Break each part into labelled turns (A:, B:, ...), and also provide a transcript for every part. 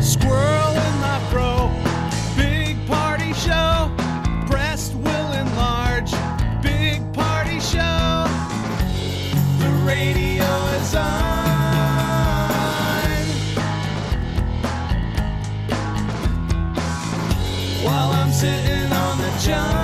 A: Squirrel in my fro, big party show. Breast will enlarge, big party show. The radio is on. While I'm sitting on the john.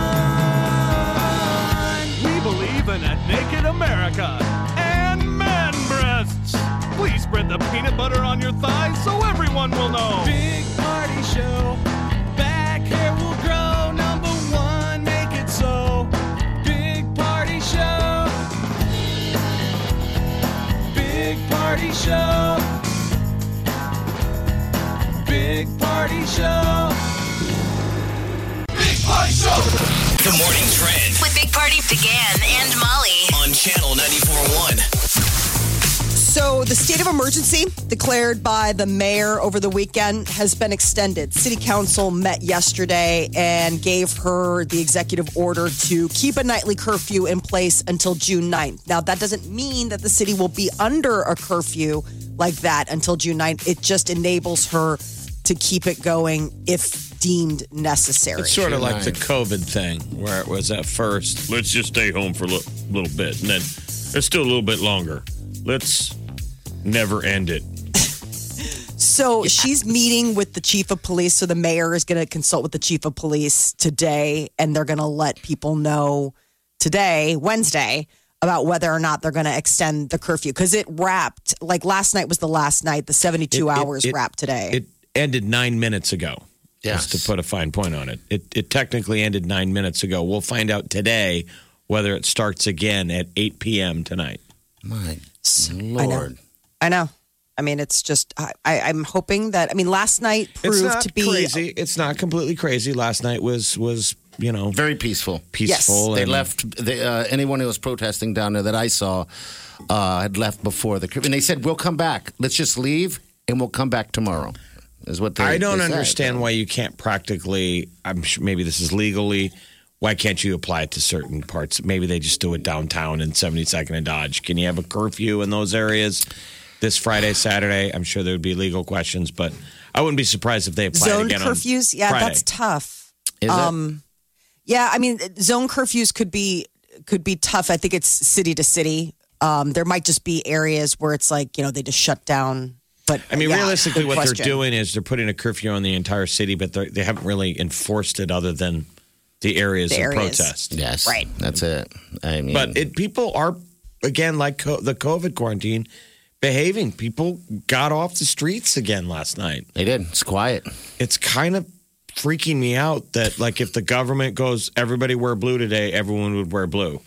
A: We believe in a naked America and man breasts. Please spread the peanut butter on your thighs so everyone will know. Big party show. Back hair will grow. Number one, make it so. Big party show. Big party show. Big party show. Big party show.
B: The morning trend
C: with Big Party began and Molly.
B: on channel 941.
D: So, the state of emergency declared by the mayor over the weekend has been extended. City Council met yesterday and gave her the executive order to keep a nightly curfew in place until June 9th. Now, that doesn't mean that the city will be under a curfew like that until June 9th. It just enables her to keep it going if deemed necessary.
E: It's sort of like the COVID thing where it was at first. Let's just stay home for a little, little bit. And then it's still a little bit longer. Let's never end it.
D: So she's meeting with the chief of police. So the mayor is going to consult with the chief of police today, and they're going to let people know today, Wednesday, about whether or not they're going to extend the curfew because it wrapped. Like last night was the last night. The seventy-two
E: It- it-
D: hours
E: it-
D: wrapped today.
E: It ended nine minutes ago.
F: Yes.
E: Just to put a fine point on it. it. It technically ended nine minutes ago. We'll find out today whether it starts again at 8 p.m. tonight.
F: My
D: I know.
F: lord.
D: I know. I mean, it's just I, I, I'm hoping that. I mean, last night
E: It's
D: proved
E: not
D: to be
E: crazy. It's not completely crazy. Last night was, was you know,
F: Very peaceful.
E: peaceful.
F: They
E: and-
F: left they, uh, anyone who was protesting down there that I saw uh, had left before the and they said we'll come back. Let's just leave and we'll come back tomorrow. Is what they,
E: I don't
F: they said.
E: understand why you can't practically. I'm sure maybe this is legally. Why can't you apply it to certain parts? Maybe they just do it downtown in 72nd and Dodge. Can you have a curfew in those areas this Friday, Saturday? I'm sure there would be legal questions, but I wouldn't be surprised if they applied
D: zoned
E: again
D: curfews.
E: on
D: Yeah,
E: Friday.
D: that's tough.
F: Is it?
D: Um, Yeah, I mean, zone curfews could be could be tough. I think it's city to city. Um, there might just be areas where it's like you know they just shut down. But
E: I mean,
D: yeah,
E: realistically,
D: good
E: what
D: question.
E: they're doing is they're putting a curfew on the entire city, but they're- they haven't really enforced it other than the areas
D: The
E: of
D: areas.
E: protest.
F: Yes,
D: Right.
F: That's it. I mean,
E: But it, people are, again, like co- the COVID quarantine, behaving. People got off the streets again last night.
F: they did. It's quiet.
E: It's kind of freaking me out that, like, if the government goes, everybody wear blue today, everyone would wear blue.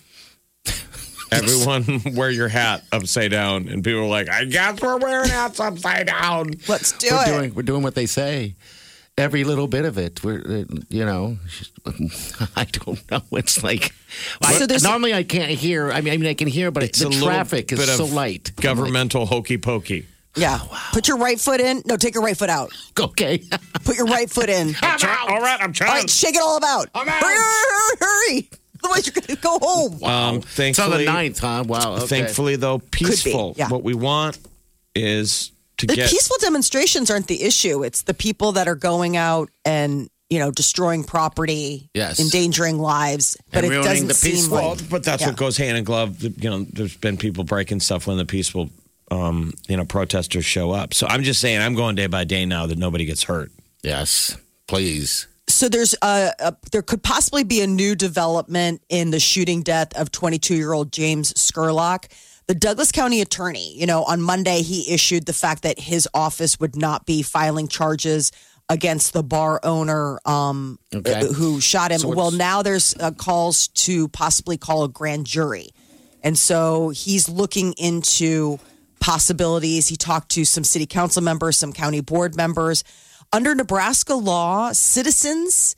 E: Everyone wear your hat upside down, and people are like, "I guess we're wearing hats upside down."
D: Let's do
F: we're
D: it.
F: doing we're doing what they say. Every little bit of it, we're uh, you know, I don't know. It's like I-
D: So there's-
F: normally I can't hear. I mean, I mean I can hear, but
E: It's
F: the
E: a little
F: traffic is
E: bit
F: so
E: of
F: light.
E: Governmental hokey pokey.
D: yeah,
E: Oh,
D: put your right foot in. No, take your right foot out.
F: Okay,
D: Put your right foot in. all
E: I'm try- all right, I'm trying.
D: right, shake it all about.
E: I'm out.
D: Hurry, hurry, hurry! Otherwise, you're gonna go home.
E: Um,
F: it's on the
E: thankfully,
F: ninth, huh? Wow. Okay.
E: thankfully though, peaceful.
D: yeah.
E: What we want is to
D: The
E: get
D: peaceful demonstrations aren't the issue. It's the people that are going out and you know destroying property,
F: Yes.
D: endangering lives. But
F: And
D: it
F: ruining
D: doesn't
F: the
D: seem
F: peaceful.
D: like
E: Well, but that's what
D: Yeah.
E: goes hand in glove. You know, there's been people breaking stuff when the peaceful, um, you know, protesters show up. So I'm just saying, I'm going day by day now that nobody gets hurt.
F: Yes, please.
D: so there's a, a there could possibly be a new development in the shooting death of 22 year old James Skurlock. The Douglas County attorney, you know, on Monday he issued the fact that his office would not be filing charges against the bar owner um,
F: Okay.
D: uh, who shot him.
F: So it's-
D: well, now there's uh, calls to possibly call a grand jury. And so he's looking into possibilities. He talked to some city council members, some county board members. Under Nebraska law, citizens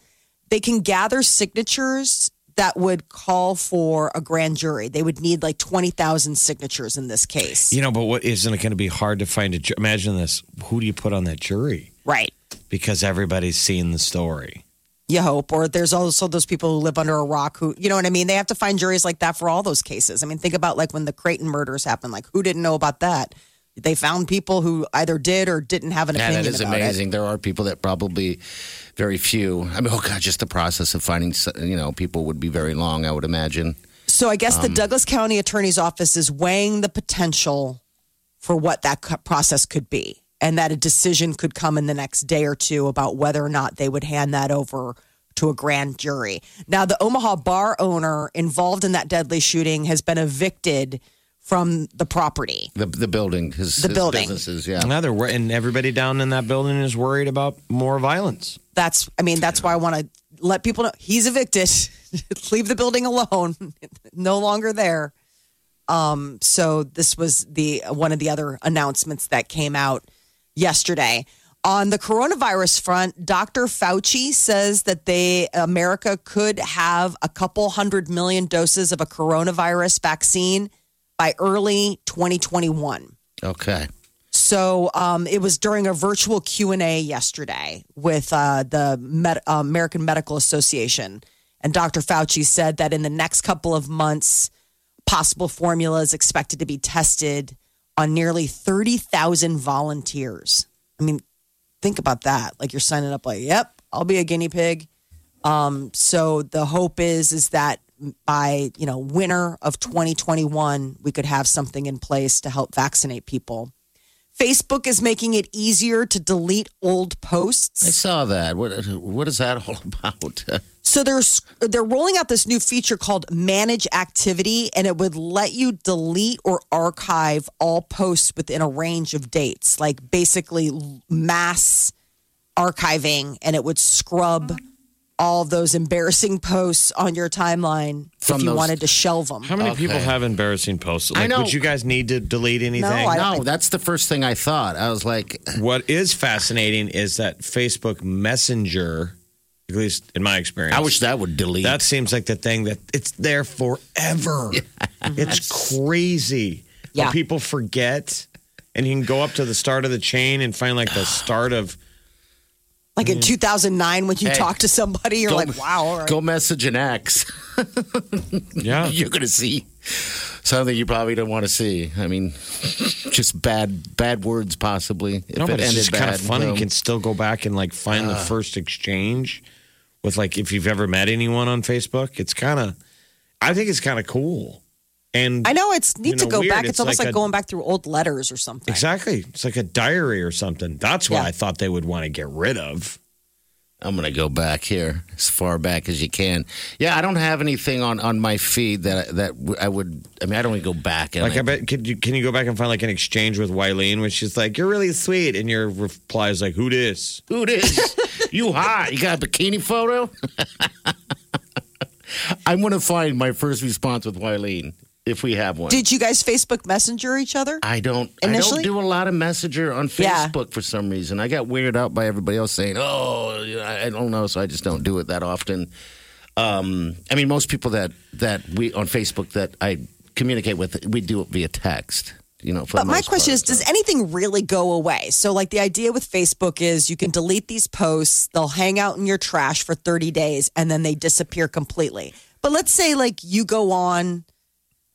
D: they can gather signatures that would call for a grand jury. They would need like 20,000 signatures in this case.
E: You know, but what isn't it going to be hard to find a? ju- Imagine this: who do you put on that jury?
D: Right.
E: Because everybody's seen the story.
D: You hope. Or there's also those people who live under a rock who, you know what I mean? They have to find juries like that for all those cases. I mean, think about like when the Creighton murders happened. Like, who didn't know about that? They found people who either did or didn't have an
F: Yeah,
D: opinion.
F: that is
D: about it.
F: amazing. There are people that probably very few. I mean, oh god, just the process of finding so- you know people would be very long. I would imagine.
D: So I guess the Douglas County Attorney's Office is weighing the potential for what that co- process could be, and that a decision could come in the next day or two about whether or not they would hand that over to a grand jury. Now, the Omaha bar owner involved in that deadly shooting has been evicted from the property.
F: The the building, his,
D: The
F: his
D: building.
F: businesses, yeah.
E: Another, wor- and everybody down in that building is worried about more violence.
D: That's, I mean, that's why I want to let people know he's evicted. Leave the building alone. no longer there. Um, so this was the one of the other announcements that came out yesterday on the coronavirus front dr fauci says that they america could have a couple hundred million doses of a coronavirus vaccine by early 2021
F: Okay.
D: so um, it was during a virtual Q and A yesterday with uh, the Med- uh, American Medical Association, and Dr. Fauci said that in the next couple of months, possible formulas expected to be tested on nearly thirty thousand volunteers. I mean, think about that. Like you're signing up, like, yep, I'll be a guinea pig. Um, so the hope is is that by you know winter of 2021, we could have something in place to help vaccinate people. Facebook is making it easier to delete old
F: I
D: posts.
F: saw that. What what is that all about?
D: So they're s- they're rolling out this new feature called Manage Activity, and it would let you delete or archive all posts within a range of dates, like basically l- mass archiving, and it would scrub all those embarrassing posts on your timeline
F: From
D: if you
F: those-
D: wanted to shelve them.
E: How many people
F: Okay.
E: have embarrassing posts? Like,
F: I know.
E: Would you guys need to delete anything?
D: I don't
F: no, that's the first thing I thought. I was like,
E: What is fascinating is that Facebook Messenger, at least in my experience,
F: I wish that would delete.
E: that seems like the thing that it's there forever. It's crazy. But
D: Yeah.
E: people forget, and you can go up to the start of the chain and find like the start of.
D: Like in 2009, when you
F: Hey,
D: talk to somebody, you're
F: go-
D: like, "Wow, all right."
F: Go message an ex.
E: Yeah.
F: You're gonna see something you probably don't want to see. I mean, just bad bad words possibly. If
E: No, but
F: it
E: it's
F: ended
E: just kind of
F: bad,
E: funny.
F: well,
E: You can still go back and like find the first exchange with like if you've ever met anyone on Facebook. It's kind of, I think it's kind of cool. And
D: I know it's neat
E: You
D: to
E: know,
D: go
E: weird.
D: back. It's,
E: It's
D: almost like,
E: like a-
D: going back through old letters or something.
E: exactly, it's like a diary or something. That's what
D: Yeah.
E: I thought they would want to get rid of.
F: I'm gonna go back here as far back as you can. Yeah, I don't have anything on on my feed that that w- I would. I mean, I don't even go back. And
E: Like I bet, could you can you go back and find like an exchange with Wileen, which is like you're really sweet, and your reply is like, "Who dis?"
F: who this? you hot? You got a bikini photo? I'm gonna find my first response with Wileen if we have one.
D: Did you guys Facebook Messenger each other?
F: I don't.
D: Initially?
F: I don't do a lot of messenger on
D: Yeah.
F: Facebook for some reason. I got weirded out by everybody else saying, "Oh, you know, I I don't know," so I just don't do it that often. Um, I mean, most people that that we on Facebook that I communicate with, we do it via text. You know, for
D: But
F: the
D: my
F: most
D: question is,
F: part,
D: does anything really go away? So, like, the idea with Facebook is you can delete these posts, they'll hang out in your trash for 30 days, and then they disappear completely. But let's say, like, you go on,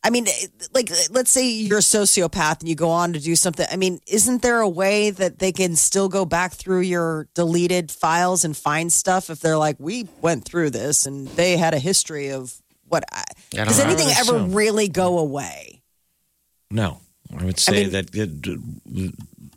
D: I mean, eh, like, let's say you're a sociopath and you go on to do something. I mean, isn't there a way that they can still go back through your deleted files and find stuff if they're like, we went through this and they had a history of what? I,
F: I don't
D: does
F: know.
D: anything
E: I
D: ever
E: would assume.
D: really go away?
E: No, I would say
D: mean-
E: that it,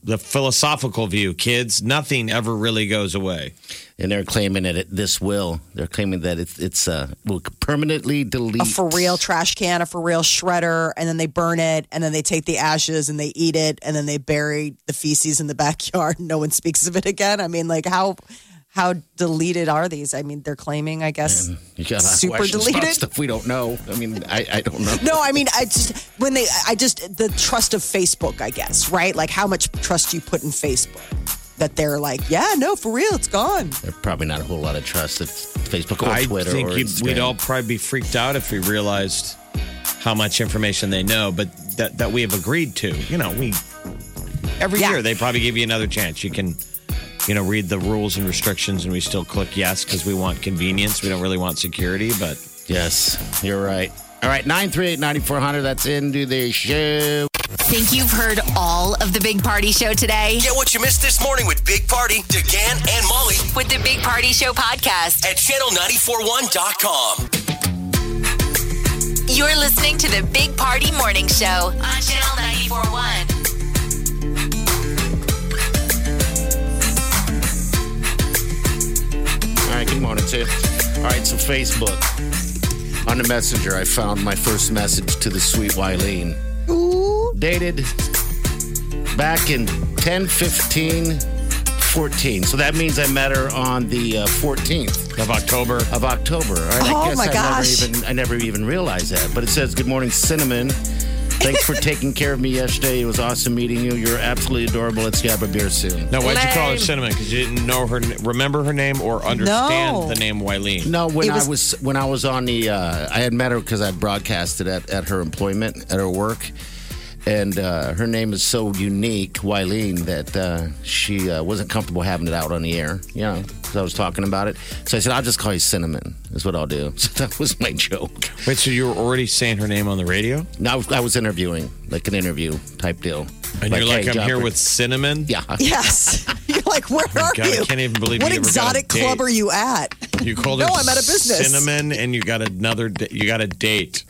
E: the philosophical view, kids. Nothing ever really goes away.
F: and they're claiming that it, this will. They're claiming that it's it's uh will permanently delete
D: a for real trash can, a for real shredder, and then they burn it, and then they take the ashes and they eat it, and then they bury the feces in the backyard. No one speaks of it again. I mean, like how how deleted are these? I mean, they're claiming, I guess.
F: You got a lot of
D: Super
F: questions about
D: deleted?
F: stuff we don't know. I mean, I, I don't know.
D: No, I mean, I just when they, I just the trust of Facebook, I guess, right? Like how much trust you put in Facebook that they're like, yeah, no, for real, it's gone.
F: There's probably not a whole lot of trust at Facebook or
E: I
F: Twitter.
E: think
F: or
E: you'd- we'd
F: Instagram.
E: all probably be freaked out if we realized how much information they know, but that that we have agreed to. You know, we every
D: Yeah.
E: year they probably give you another chance. You can, you know, read the rules and restrictions, and we still click yes because we want convenience. We don't really want security, but
F: Yes, you're right. All right, 938 9400. That's into the show.
C: Think you've heard all of the Big Party Show today?
B: Get what you missed this morning with Big Party, DeGan, and Molly
C: With the Big Party Show podcast,
B: at channel941.com.
C: you're listening to the Big Party Morning Show on Channel 941.
F: All right, good morning, too. All right, so Facebook. On the messenger, I found my first message to the sweet Wileen. Dated back in 10 15 14. So that means I met her on the uh, 14th.
E: of October.
F: of October. All right,
D: Oh,
F: I guess
D: my
F: I
D: gosh.
F: Never even, I never even realized that. But it says, Good morning, Cinnamon. Thanks for taking care of me yesterday. It was awesome meeting you. You're absolutely adorable. Let's grab a beer soon.
E: No, why'd you call her cinnamon? Because you didn't know her, remember her name, or understand
D: No.
E: the name Wileen.
F: No, when
D: It was-
F: I was when I was on the, uh, I had met her because I broadcasted at, at her employment at her work, and uh, her name is so unique, Wileen, that uh, she uh, wasn't comfortable having it out on the air. You know, 'cause I was talking about it, so I said, "I'll just call you Cinnamon." Is what I'll do. So that was my joke.
E: Wait, so you were already saying her name on the radio,
F: No, I was- I was interviewing, like an interview type deal.
E: and you're like,
F: hey,
E: "I'm here
F: Jeffrey."
E: with cinnamon."
F: Yeah.
D: Yes, you're like, where are
E: Oh God, I
D: you?
E: can't even believe
D: what
E: you ever got a
D: exotic club
E: date.
D: are you at?
E: You called
D: No,
E: her
D: I'm out of business.
E: cinnamon, and you got another. da- You got a date.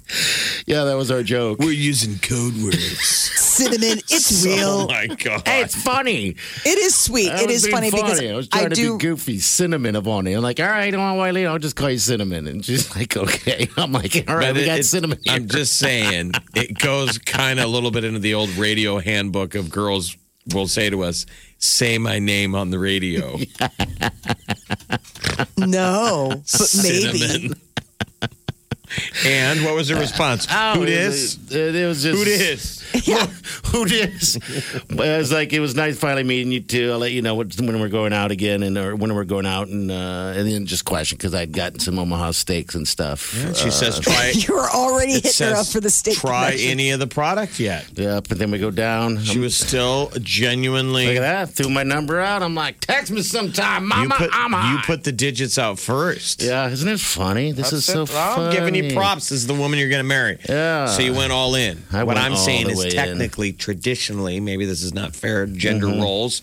F: Yeah, that was our joke.
E: We're using code words.
D: Cinnamon, it's
E: oh
D: real.
E: my god!
F: Hey, it's funny.
D: It is sweet.
F: I
D: It
F: was
D: is
F: being
D: funny, because
F: I was
D: I
F: trying to
D: do.
F: be goofy. Cinnamon up on it. I'm like, all right, on Wiley, I'll just call you cinnamon. And she's like, okay. I'm like, all right,
E: But
F: we
E: it-
F: got
E: it-
F: cinnamon. Here.
E: I'm just saying, it goes kind of a little bit into the old radio handbook of girls will say to us, "Say my name on the radio."
D: No, but maybe.
E: Cinnamon. and what was the response?
F: Oh,
E: Who
F: it
E: dis?
F: was- It, it was just
E: Who dis?
F: Who dis? but I was like, it was nice finally meeting you too. I'll let you know what, when we're going out again, and or when we're going out, and uh, and then just question because I'd gotten some Omaha steaks and stuff.
E: She says, "Try."
D: You're already
E: it
D: hitting her up
E: says,
D: for the steak.
E: Try
D: connection.
E: any of the product yet?
F: Yeah, but then we go down.
E: She was still genuinely.
F: Um, Look at that. Threw my number out. I'm like, text me sometime,
E: You
F: mama.
E: put,
F: I'm high.
E: you put the digits out first.
F: yeah, isn't it funny? This is so
E: I'm
F: funny.
E: giving you props as the woman you're going to marry.
F: Yeah.
E: So you went all in.
F: I
E: what
F: went
E: I'm
F: all
E: saying
F: the
E: is
F: way in.
E: technically, traditionally, maybe this is not fair gender
F: Mm-hmm.
E: roles,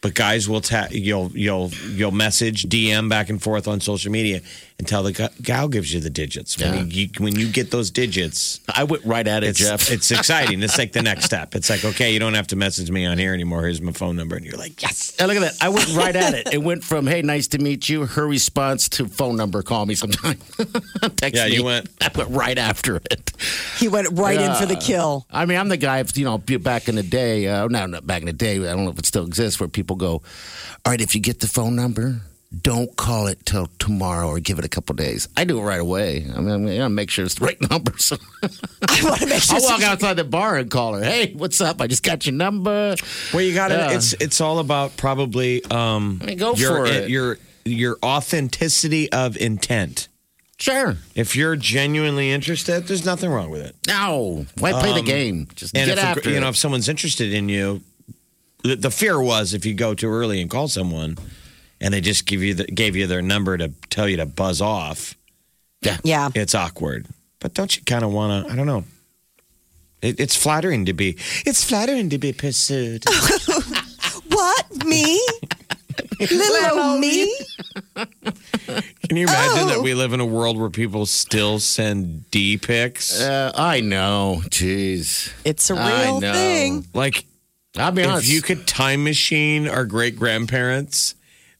E: but guys will ta- you'll you'll you'll message DM back and forth on social media until the gu- gal gives you the digits. When,
F: Yeah.
E: you, when you get those digits,
F: I went right at it,
E: it's
F: Jeff.
E: it's exciting. It's like the next step. It's like okay, you don't have to message me on here anymore. Here's my phone number, and you're like yes.
F: And look at that. I went right at it. It went from, hey, nice to meet you, her response to phone number, call me sometime. text
E: Yeah,
F: me.
E: you went-
F: I went right after it.
D: He went right in for the kill.
F: I mean, I'm the guy, if, you know, back in the day, uh, no, not back in the day, I don't know if it still exists, where people go, all right, if you get the phone number, don't call it till tomorrow or give it a couple days. I do it right away. I mean, I'm going to make sure it's the right number. So
D: I want to make sure.
F: I'll walk outside the bar and call her, hey, what's up? I just got your number.
E: Well, you got to
F: Yeah.
E: It's it's all about probably um,
F: I mean, go for
E: your,
F: it.
E: your your authenticity of intent.
F: Sure.
E: If you're genuinely interested, there's nothing wrong with it.
F: No. Why play the game? Just get
E: Um, if a gr-
F: after
E: you know
F: it.
E: if someone's interested in you, the, the fear was if you go too early and call someone, and they just give you the, gave you their number to tell you to buzz off,
D: Yeah.
E: it's awkward. But don't you kind of want to? I don't know. It, it's flattering to be. It's flattering to be pursued.
D: What me? Little old me.
E: Can you imagine
D: Oh.
E: that we live in a world where people still send D pics?
F: Uh, I know. Jeez.
D: It's a
F: I
D: real
F: know.
D: thing.
E: like
F: I'll be honest.
E: If you could time machine our great grandparents,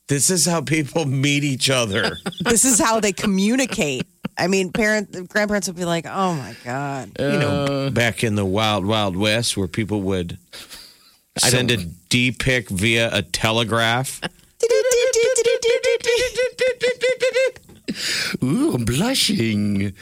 E: this is how people meet each other.
D: This is how they communicate. I mean, parent grandparents would be like, "Oh my god."
E: you know, back in the wild, wild west where people would send a D pic via a telegraph.
F: Ooh, I'm blushing.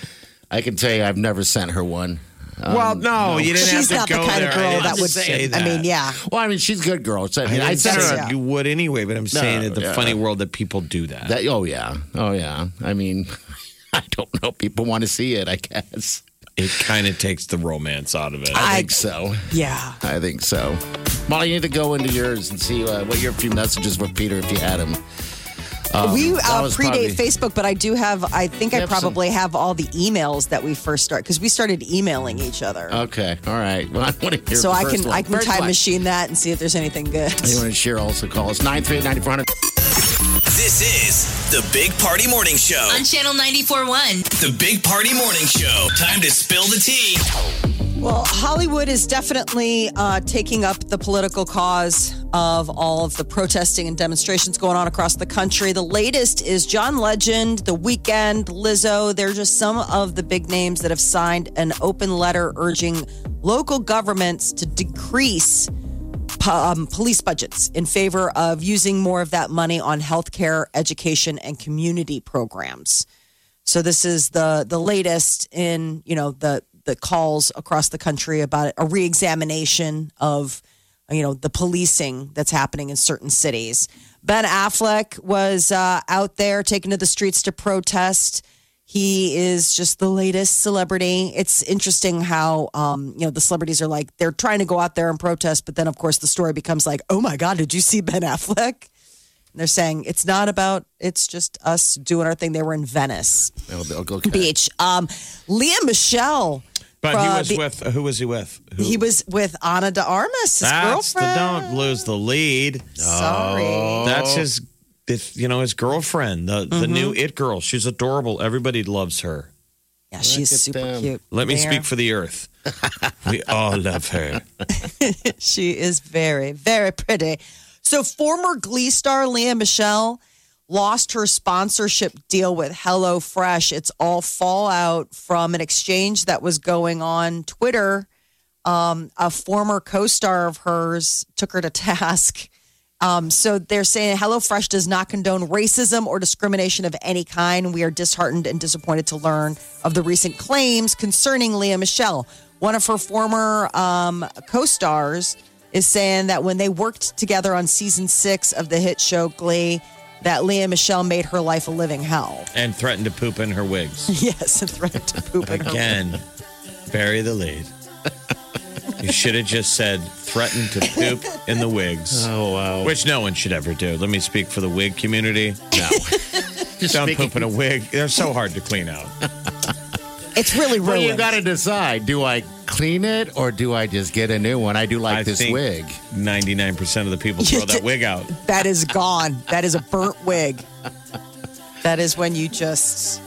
F: I can tell you, I've never sent her one.
E: well, no, you didn't
D: Um, She's
E: have
D: not
E: to
D: the
E: go
D: kind
E: there.
D: of
E: I
D: girl
E: didn't
D: that would
E: say that.
D: I mean, yeah.
F: Well, I mean, she's a good girl. So, I mean,
E: I
F: I
E: didn't
F: sent her.
D: yeah.
E: say you would anyway, but I'm saying that the
F: yeah.
E: funny world that people do that.
F: That, oh yeah, oh yeah. I mean, I don't know. People want to see it. I guess.
E: it kind of takes the romance out of it.
F: I
D: I-
F: think so.
D: Yeah.
F: I think so. Molly, you need to go into yours and see uh, what your few messages with Peter if you had him.
D: we
F: that
D: uh,
F: was
D: predate
F: probably-
D: Facebook, but I do have, I think I
F: Yep, some-
D: probably have all the emails that we first started because we started emailing each other.
F: Okay, all right. Well, I want to hear.
D: so
F: the
D: I
F: first
D: can
F: one.
D: I can
F: First
D: time
F: one.
D: machine that and see if there's anything good.
F: Anyone in share also calls nine three ninety four hundred.
B: This is the Big Party Morning Show.
C: On Channel 94.1.
B: The Big Party Morning Show. Time to spill the tea.
D: Well, Hollywood is definitely uh, taking up the political cause of all of the protesting and demonstrations going on across the country. The latest is John Legend, The Weeknd, Lizzo. They're just some of the big names that have signed an open letter urging local governments to decrease po- um, police budgets in favor of using more of that money on healthcare, education, and community programs. So this is the the latest in you know the the calls across the country about a reexamination of you know the policing that's happening in certain cities. Ben Affleck was uh, out there taking to the streets to protest. He is just the latest celebrity. It's interesting how um, you know the celebrities are like they're trying to go out there and protest, but then of course the story becomes like, oh my god, did you see Ben Affleck? And they're saying it's not about it's just us doing our thing. They were in Venice
F: Okay.
D: beach. Um, Leah Michelle.
E: but
D: uh,
E: he was
D: the-
E: with who was he with? Who?
D: He was with Ana de Armas, his
E: That's the
D: girlfriend.
E: don't lose the lead. Oh.
D: Sorry.
E: That's his, it's, you know, his girlfriend, the
D: Mm-hmm.
E: the new it girl. She's adorable. Everybody loves her.
D: Yeah, she's
F: at
D: super
F: them.
D: cute.
E: Let me
D: There.
E: speak for the earth. we all love her.
D: She is very, very pretty. So, former Glee star Leah Michelle lost her sponsorship deal with HelloFresh. It's all fallout from an exchange that was going on Twitter. Um, a former co star of hers took her to task. Um, so they're saying HelloFresh does not condone racism or discrimination of any kind. We are disheartened and disappointed to learn of the recent claims concerning Leah Michelle. One of her former um, co stars is saying that when they worked together on season six of the hit show Glee, that Leah Michelle made her life a living hell.
E: And threatened to poop in her wigs.
D: Yes, and threatened to poop in her
E: Again, bury the lead. You should have just said threatened to poop in the wigs.
F: Oh wow.
E: Which no one should ever do. Let me speak for the wig community. No.
F: Just
E: Don't
F: speaking-
E: poop in a wig. They're so hard to clean out.
D: It's really ruined.
F: Well, you got to decide. Do I clean it or do I just get a new one? I do like this
E: think
F: wig.
E: 99% of the people throw that wig out.
D: That is gone. That is a burnt wig. That is when you just.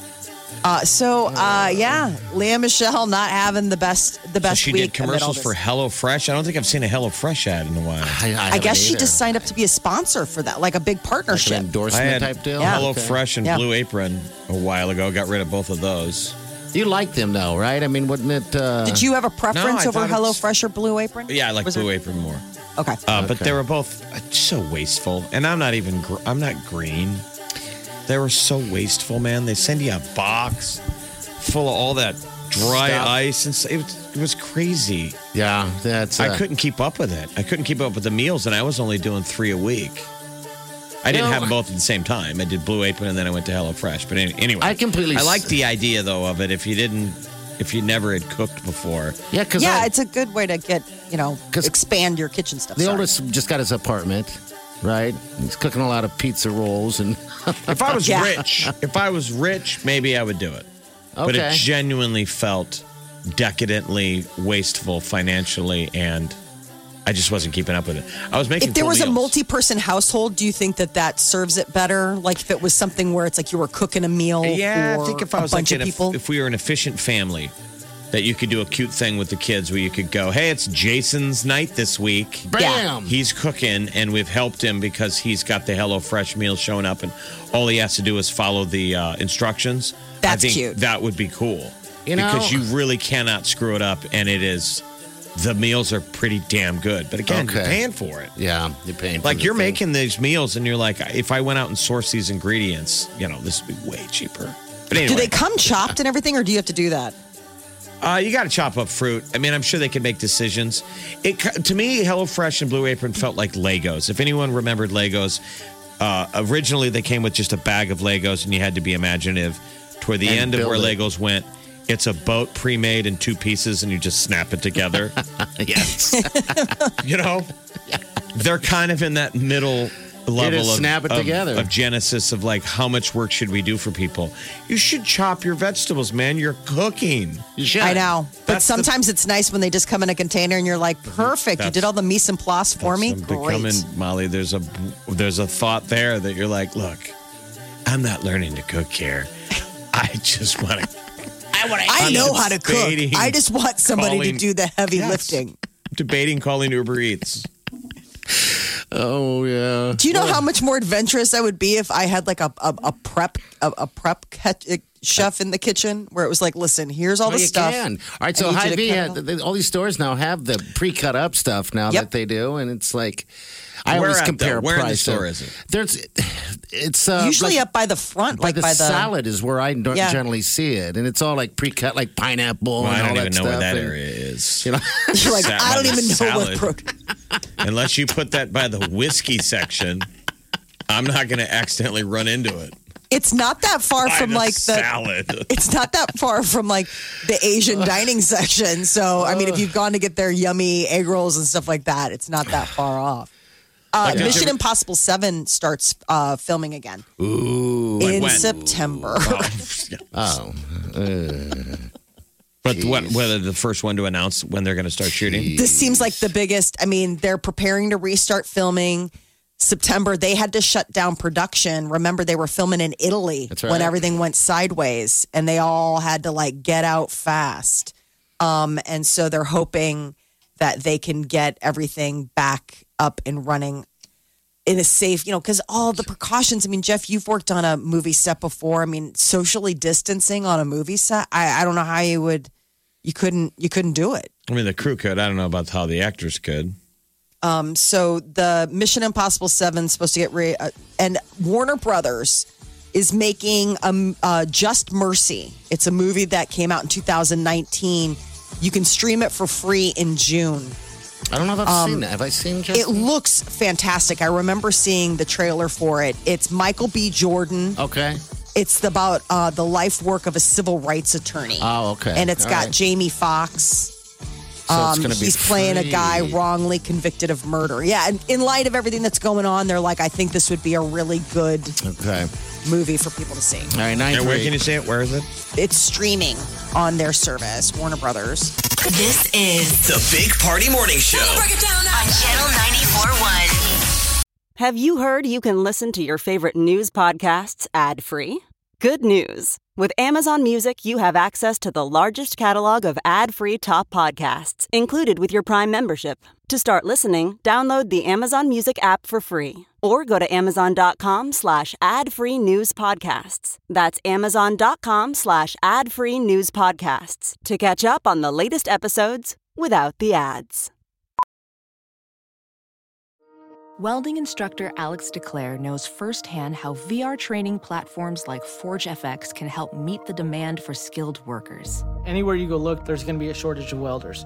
D: Uh, so uh, yeah, Leah Michelle not having the best the
E: So
D: best
E: she
D: week.
E: did
D: amid all
E: commercials for
D: this.
E: HelloFresh. I don't think I've seen a HelloFresh ad in a while.
F: I,
D: I
F: haven't
D: guess she
F: either.
D: just signed up to be a sponsor for that, like a big
F: like
D: partnership.
F: an
E: I
F: endorsement
E: had
F: type deal.
D: Yeah.
E: Hello
F: Okay.
E: Fresh and
D: Yeah.
E: Blue Apron a while ago. Got rid of both of those.
F: You like them though, right? I mean, wouldn't it? Uh,
D: Did you have a
E: No,
D: preference
E: I
D: over
E: thought it's-
D: HelloFresh or Blue Apron?
E: Yeah, I like
D: Was
E: Blue
D: it-
E: Apron more.
D: Okay.
E: Uh, But they were both uh, so wasteful. And I'm not even, gr- I'm not green. They were so wasteful, man. They send you a box full of all that dry
F: Stuff.
E: ice. and s- it, was- it was crazy.
F: Yeah, that's. Uh,
E: I couldn't keep up with it. I couldn't keep up with the meals, and I was only doing three a week. I didn't
F: You know-
E: have them both at the same time. I did Blue Apron, and then I went to HelloFresh. But any, anyway,
F: I completely
E: I
F: s-
E: like the idea though of it. If you didn't, if you never had cooked before,
F: Yeah, because
D: Yeah, it's a good way to get you know
F: 'Cause
D: expand your kitchen stuff.
F: the
D: Sorry.
F: oldest just got his apartment, right? He's cooking a lot of pizza rolls and.
E: if I was
D: Yeah.
E: rich, if I was rich, maybe I would do it. But it
F: Okay.
E: genuinely felt decadently wasteful financially, and I just wasn't keeping up with it. I was making
D: If there
E: full
D: was a
E: meals.
D: multi-person household, do you think that that serves it better? Like if it was something where it's like you were cooking a meal
E: Yeah,
D: for
E: I think if I was
D: a
E: like
D: bunch
E: in
D: of
E: a-
D: people.
E: if we were an efficient family, that you could do a cute thing with the kids where you could go, hey, it's Jason's night this week.
F: Bam.
E: He's cooking, and we've helped him because he's got the HelloFresh meal showing up, and all he has to do is follow the uh, instructions.
D: That's
E: I think
D: cute.
E: That would be cool.
F: You
E: because
F: know-
E: you really cannot screw it up, and it is the meals are pretty damn good. But again, you're
F: Okay.
E: paying for it.
F: Yeah, you're paying. for
E: Like
F: the
E: you're
F: thing.
E: making these meals, and you're like, if I went out and sourced these ingredients, you know, this would be way cheaper. But anyway,
D: Do they come chopped and everything, or do you have to do that?
E: uh, you got to chop up fruit. I mean, I'm sure they could make decisions. It co- to me, HelloFresh and Blue Apron felt like Legos. If anyone remembered Legos, uh, originally they came with just a bag of Legos, and you had to be imaginative. Toward the
F: And
E: end of
F: build
E: where
F: it.
E: Legos went, it's a boat pre-made in two pieces, and you just snap it together.
F: yes,
E: you know, they're kind of in that middle level
F: is
E: of,
F: snap it
E: of-
F: together.
E: of genesis of like how much work should we do for people? You should chop your vegetables, man. You're cooking.
F: you should.
D: I know. But
E: That's the- Mhm.
D: sometimes it's nice when they just come in a container and you're like, perfect. You
E: That's-
D: did all the mise en place for me.
E: That's some
D: Great.
E: Becoming, Molly, there's a there's a thought there that you're like, look, I'm not learning to cook here. I just want to
D: I know how to cook.
E: Anticipating
D: I just want somebody
E: calling-
D: to do the heavy
E: Yes.
D: lifting.
E: debating calling Uber Eats.
F: Oh yeah.
D: Do you know how much more adventurous I would be if I had like a a, a prep a, a prep catch, chef in the kitchen where it was like, listen, here's all
F: Oh,
D: the
F: you
D: stuff.
F: can. All right,
D: I
F: so
D: need you
F: Hy
D: to
F: V,
D: cut
F: had-
D: it
F: they- all these stores now have the pre-cut up stuff now
D: Yep.
F: that they do, and it's like I
E: Where
F: always
E: at,
F: compare
E: though? Where in the
F: price.
E: store is it?
F: There's, it's uh,
D: Usually
F: like,
D: up by the front,
F: by
D: like
F: the
D: by the
F: salad is where I nor-
D: Yeah.
F: generally see it, and it's all like pre-cut, like pineapple. Oh,
E: Well,
F: and
E: I don't
F: all
E: even
F: that
E: know
F: stuff,
E: where that
F: and-
E: area is.
F: You know,
D: You're like,
E: Salad.
D: I don't even know
E: Salad.
D: what protein.
E: Unless you put that by the whiskey section, I'm not going to accidentally run into it.
D: It's not that far
E: Buy
D: from
E: the
D: like the
E: salad.
D: it's not that far from like the Asian dining section. So I mean, if you've gone to get their yummy egg rolls and stuff like that, it's not that far off. Uh,
E: don't
D: Mission
E: you-
D: Impossible Seven starts uh, filming again
F: ooh,
D: in
E: when?
D: September.
F: oh,
E: But what, whether the first one to announce when they're going to start shooting?
D: this seems like the biggest. I mean, they're preparing to restart filming. September, they had to shut down production. Remember, they were filming in Italy
F: That's right.
D: when everything went sideways, and they all had to like get out fast. Um, and so they're hoping that they can get everything back up and running in a safe, you know, because all the precautions. I mean, Jeff, you've worked on a movie set before. I mean, socially distancing on a movie set. I, I don't know how you would, you couldn't, you couldn't do it.
E: I mean, the crew could. I don't know about how the actors could.
D: Um, so the Mission Impossible Seven is supposed to get re- uh, and Warner Brothers is making um, uh, Just Mercy. It's a movie that came out in 2019. You can stream it for free in June.
F: I don't know if I've seen that. Have I seen? Just
D: Um, It looks fantastic. I remember seeing the trailer for it. It's Michael B. Jordan.
F: okay.
D: It's about uh, the life work of a civil rights attorney.
F: Oh, okay.
D: And it's
F: All
D: got
F: right.
D: Jamie Foxx.
F: So it's
D: Um,
F: gonna be
D: he's playing a guy
F: free.
D: wrongly convicted of murder. Yeah, and in light of everything that's going on, they're like, I think this would be a really good
F: Okay. All
D: movie for people to see.
F: right. Nine.
E: And where
F: three.
E: can you see it? Where is it?
D: It's streaming on their service, Warner Brothers.
C: This is
B: The Big Party Morning Show.
C: on Channel 94.1.
G: Have you heard you can listen to your favorite news podcasts ad free? Good news! With Amazon Music, you have access to the largest catalog of ad free top podcasts included with your Prime membership. To start listening, download the Amazon Music app for free or go to amazon.com slash ad free news podcasts. That's amazon.com slash ad free news podcasts to catch up on the latest episodes without the ads.
H: Welding instructor Alex DeClaire knows firsthand how VR training platforms like ForgeFX can help meet the demand for skilled workers.
I: Anywhere you go look, there's going to be a shortage of welders.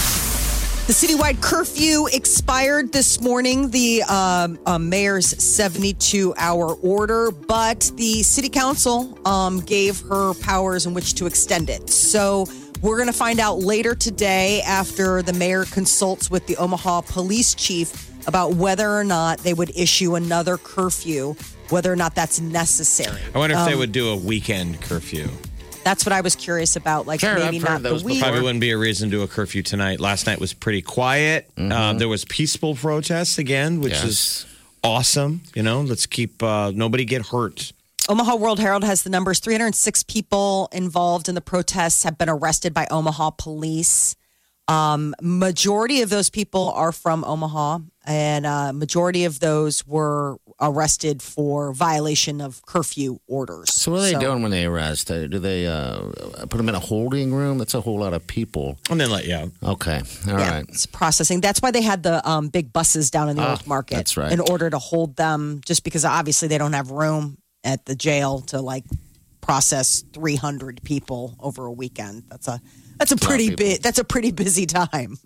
D: The citywide curfew expired this morning, the um, uh, mayor's 72 hour order, but the city council um, gave her powers in which to extend it. So We're going to find out later today after the mayor consults with the Omaha police chief about whether or not they would issue another curfew, whether or not that's necessary.
E: I wonder if they
D: Um,
E: would do a weekend curfew.
D: That's what I was curious about. Like maybe not the week.
E: Probably wouldn't be a reason to do a curfew tonight. Last night was pretty quiet. Uh, there was peaceful protests again, which is awesome. You know, let's keep uh, nobody get hurt.
D: Omaha World Herald has the numbers 306 people involved in the protests have been arrested by Omaha police. Um, majority of those people are from Omaha, and uh, majority of those were arrested for violation of curfew orders.
F: So what are they doing when they arrest? Uh, Do they uh, put them in a holding room? That's a whole lot of people.
E: And then let you out.
F: Okay. all right.
D: Yeah, It's processing. That's why they had the um, big buses down in the
F: Ah,
D: old market.
F: that's right.
D: In order to hold them, just because obviously they don't have room at the jail to like process 300 people over a weekend. That's a that's a
F: lot of
D: pretty
F: people.
D: big. That's a pretty busy time.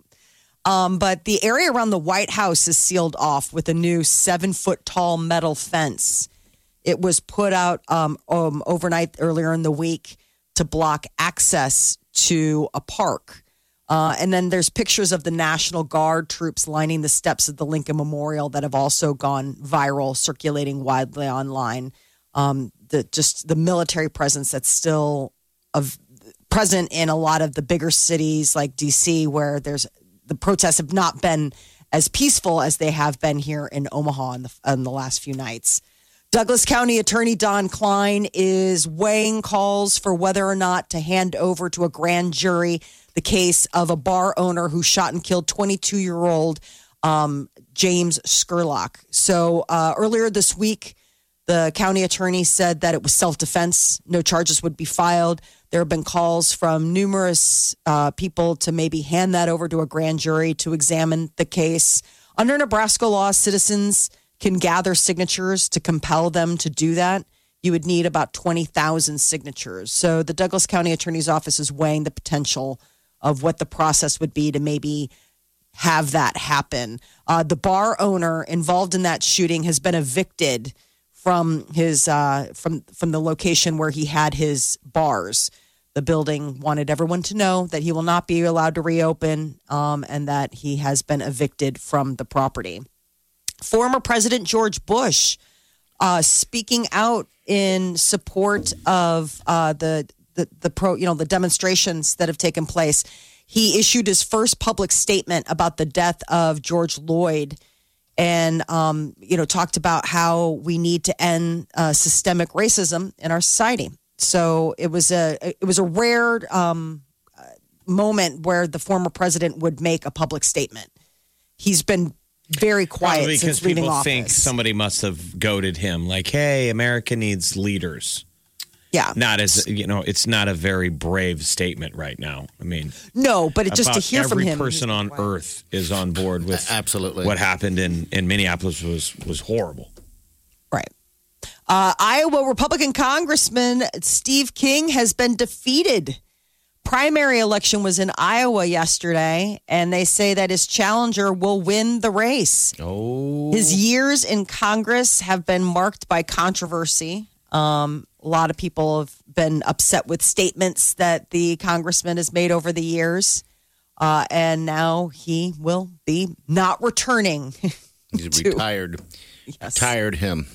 D: Um, but the area around the White House is sealed off with a new seven foot tall metal fence. It was put out um, um, overnight earlier in the week to block access to a park. Uh, and then there's pictures of the National Guard troops lining the steps of the Lincoln Memorial that have also gone viral, circulating widely online. Um, the just the military presence that's still of present in a lot of the bigger cities like DC, where there's the protests have not been as peaceful as they have been here in Omaha in the, in the last few nights. Douglas County Attorney Don Klein is weighing calls for whether or not to hand over to a grand jury the case of a bar owner who shot and killed 22 year old um, James Skurlock. So uh, earlier this week, the county attorney said that it was self defense. No charges would be filed. There have been calls from numerous uh, people to maybe hand that over to a grand jury to examine the case. Under Nebraska law, citizens can gather signatures to compel them to do that. You would need about 20,000 signatures. So the Douglas County Attorney's Office is weighing the potential of what the process would be to maybe have that happen. Uh, the bar owner involved in that shooting has been evicted from his uh, from from the location where he had his bars. The building wanted everyone to know that he will not be allowed to reopen um, and that he has been evicted from the property. Former President George Bush uh, speaking out in support of uh, the, the the pro you know the demonstrations that have taken place. He issued his first public statement about the death of George Floyd, and um, you know talked about how we need to end uh, systemic racism in our society. So it was a it was a rare um, uh, moment where the former president would make a public statement. He's been very quiet
E: Probably because
D: since leaving
E: people
D: office.
E: think somebody must have goaded him. Like, hey, America needs leaders.
D: yeah,
E: Not as you know, it's not a very brave statement right now. I mean,
D: No, but it, just to
E: about
D: hear from
E: every
D: him.
E: person on earth is on board with
F: Absolutely.
E: what happened in in Minneapolis was was horrible.
D: right. Uh, Iowa Republican Congressman Steve King has been defeated. Primary election was in Iowa yesterday, and they say that his challenger will win the race.
F: Oh.
D: His years in Congress have been marked by controversy. Um, a lot of people have been upset with statements that the congressman has made over the years. Uh, and now he will be not returning.
F: He's retired. Tired him.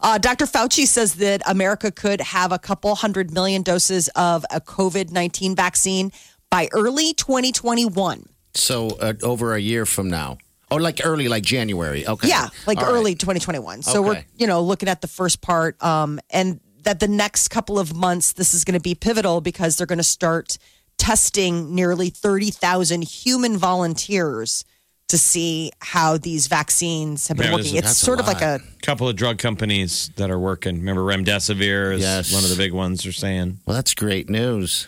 D: Uh, Dr. Fauci says that America could have a couple hundred million doses of a COVID 19 vaccine by early 2021.
F: So uh, over a year from now. Oh, like early, like January. Okay.
D: Yeah, like
F: All right.
D: early 2021. So we're,
F: Okay.
D: you know, looking at the first part um, and that the next couple of months, this is going to be pivotal because they're going to start testing nearly 30,000 human volunteers to see how these vaccines have been
E: Man,
D: working.
E: this is-
D: It's
F: that's a
D: sort of like a
F: lot.
E: couple of drug companies that are working. Remember, remdesivir is
F: Yes.
E: one of the big ones. They're saying
F: Well, that's great news.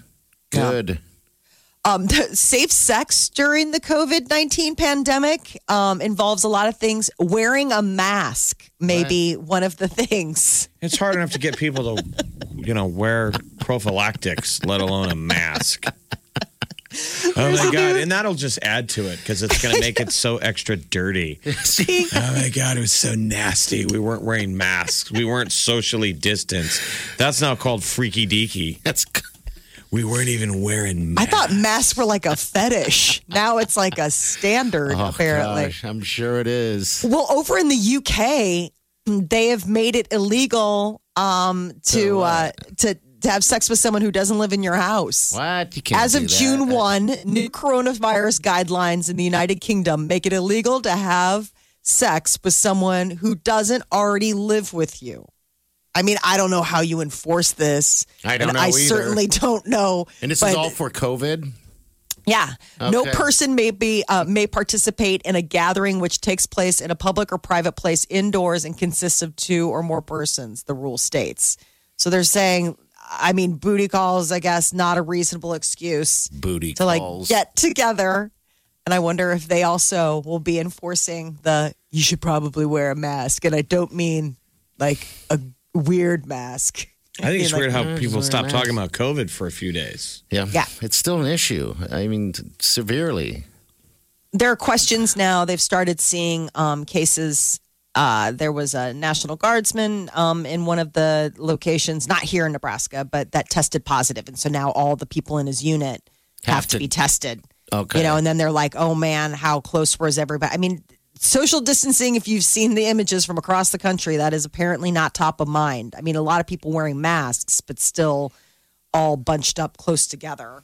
D: Yeah.
F: Good.
D: um, safe sex during the COVID 19 pandemic um, involves a lot of things. Wearing a mask may be one of the things.
E: it's hard enough to get people to, you know, wear prophylactics, let alone a mask. Oh my god! And that'll just add to it because it's going to make it so extra dirty. Oh my god! It was so nasty. We weren't wearing masks. We weren't socially distanced. That's now called freaky deaky.
F: That's
E: we weren't even wearing
D: I
E: masks.
D: thought masks were like a fetish. now it's like a standard,
F: Oh,
D: apparently.
F: gosh, I'm sure it is.
D: Well, over in the UK, they have made it illegal um, to uh, to to have sex with someone who doesn't live in your house.
F: What? You can't
D: As of
F: do that. Uh,
D: June 1, new coronavirus guidelines in the United Kingdom make it illegal to have sex with someone who doesn't already live with you. I mean, I don't know how you enforce this.
F: I don't
D: and
F: know
D: I
F: either.
D: certainly don't know.
F: And this
D: but-
F: is all for COVID?
D: yeah. No
F: Okay.
D: person may be uh, may participate in a gathering which takes place in a public or private place indoors and consists of two or more persons. The rule states. So they're saying, I mean, booty calls. I guess not a reasonable excuse
F: Booty
D: to like
F: calls.
D: get together. And I wonder if they also will be enforcing the you should probably wear a mask. And I don't mean like a weird mask.
E: I think it's
D: mean,
E: weird
D: like-
F: mm,
E: how people stopped talking about COVID for a few days.
F: Yeah.
D: Yeah.
F: It's still an issue. I mean, t- severely.
D: there are questions now. They've started seeing um, cases. Uh, there was a National Guardsman um, in one of the locations, not here in Nebraska, but that tested positive, and so now all the people in his unit have,
F: Have
D: to,
F: to-
D: be tested.
F: Okay.
D: you know, and then they're like, "Oh man, how close was everybody?" I mean, social distancing. If you've seen the images from across the country, that is apparently not top of mind. I mean, a lot of people wearing masks, but still all bunched up close together.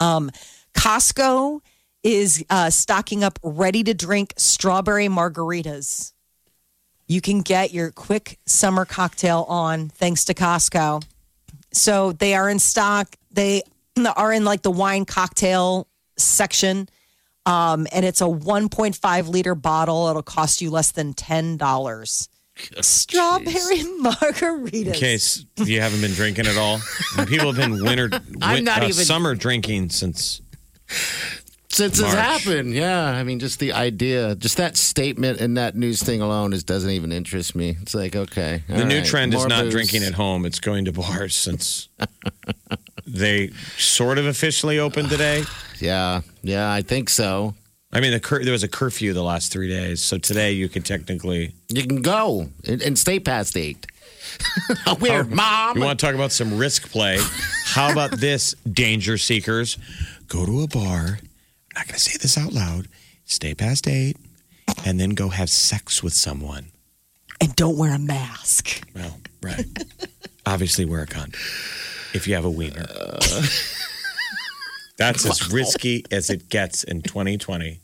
D: Um, Costco is uh, stocking up ready to drink strawberry margaritas. You can get your quick summer cocktail on thanks to Costco. So they are in stock. They are in like the wine cocktail section. Um, and it's a 1.5 liter bottle. It'll cost you less than $10. Strawberry margaritas.
E: In case you haven't been drinking at all, people have been winter, win,
F: I'm not
E: uh,
F: even-
E: summer drinking since.
F: Since this
E: March.
F: happened, yeah. I mean, just the idea, just that statement and that news thing alone is doesn't even interest me. It's like, okay.
E: The new trend is not drinking at home; it's going to bars since they sort of officially opened today.
F: Yeah. Yeah, I think so.
E: I mean, the cur- there was a curfew the last three days, so today you could technically.
F: You can go and, and stay past eight. Weird,
E: Oh, You
F: mom.
E: want to talk about some risk play? How about this, danger seekers? Go to a bar. I'm not going to say this out loud. Stay past eight, and then go have sex with someone.
D: And don't wear a mask.
E: Well, right. Obviously, wear a condom if you have a wiener. That's as risky as it gets in 2020.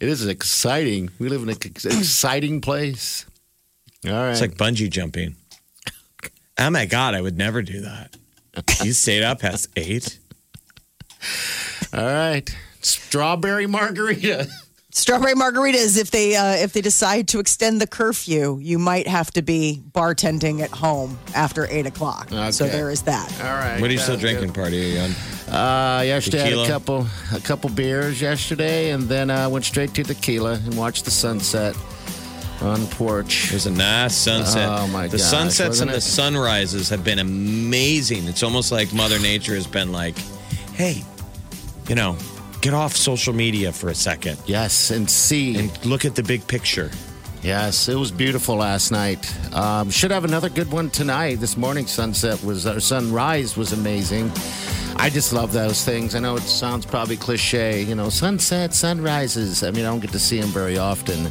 F: It is exciting. We live in an ex- exciting place. All right.
E: It's like bungee jumping. Oh my God, I would never do that. You stayed up past eight.
F: All right. Strawberry margarita.
D: Strawberry margaritas. If they uh, if they decide to extend the curfew, you might have to be bartending at home after eight o'clock. So
F: Okay.
D: there is that.
F: All right.
E: What are you still
F: sounds
E: drinking, party? Are you on?
F: Uh, yesterday I had
E: Tequila.
F: a couple a couple beers yesterday, and then I went straight to tequila and watched the sunset on the porch.
E: There's a nice sunset.
F: Oh, my
E: The
F: gosh,
E: sunsets
F: wasn't
E: and the
F: it?
E: sunrises have been amazing. It's almost like Mother Nature has been like, hey, you know, get off social media for a second
F: Yes, and see.
E: and look at the big picture.
F: yes, it was beautiful last night. Um, should have another good one tonight. This morning sunset was or sunrise was amazing. I just love those things. I know it sounds probably cliche, you know, sunset, sunrises. I mean, I don't get to see them very often,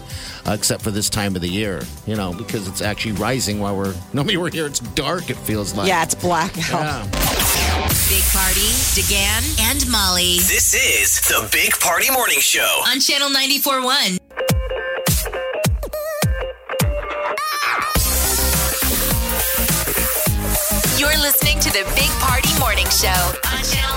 F: uh, except for this time of the year, you know, because it's actually rising while we're. No, we were here. It's dark. It feels like.
D: Yeah, it's blackout.
F: Yeah.
C: Big Party, DeGan, and Molly
B: This is the Big Party Morning Show.
C: on Channel 94.1. You're listening to the Big Party Morning Show on Channel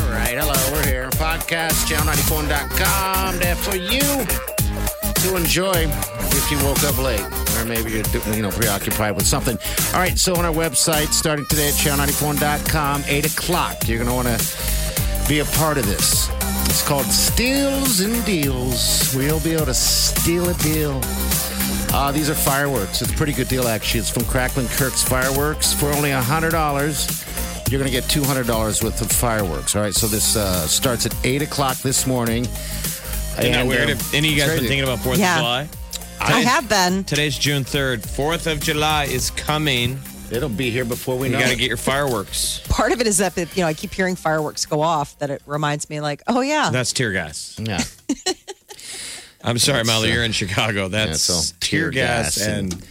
C: 94.1.
F: All right, hello, we're here. Podcast, channel94.com. There for you to enjoy if you woke up late or maybe you're do- you know preoccupied with something. All right, so on our website, starting today at channel94.com, 8 o'clock, you're going to want to be a part of this. It's called Steals and Deals. We'll be able to steal a deal. Uh, these are fireworks. It's a pretty good deal, actually. It's from Cracklin Kirk's Fireworks for only $100. You're going to get $200 worth of fireworks. All right, so this uh, starts at 8 o'clock this morning.
E: Isn't that
F: And,
E: weird?
F: uh,
E: Have any of
F: it's
E: you guys
F: crazy.
E: been thinking about 4th
D: Yeah.
E: of July?
D: I have been.
E: Today's June 3rd. 4th of July is coming.
F: It'll be here before we
E: You
F: know.
E: got to
F: it.
E: get your fireworks.
D: Part of it is that you know I keep hearing fireworks go off that it reminds me like, oh yeah,
E: That's tear gas.
F: Yeah.
E: I'm sorry,
F: That's,
E: Molly.
F: uh,
E: You're in Chicago. That's
F: it's all
E: tear,
F: tear
E: gas,
F: gas
E: and,
F: and-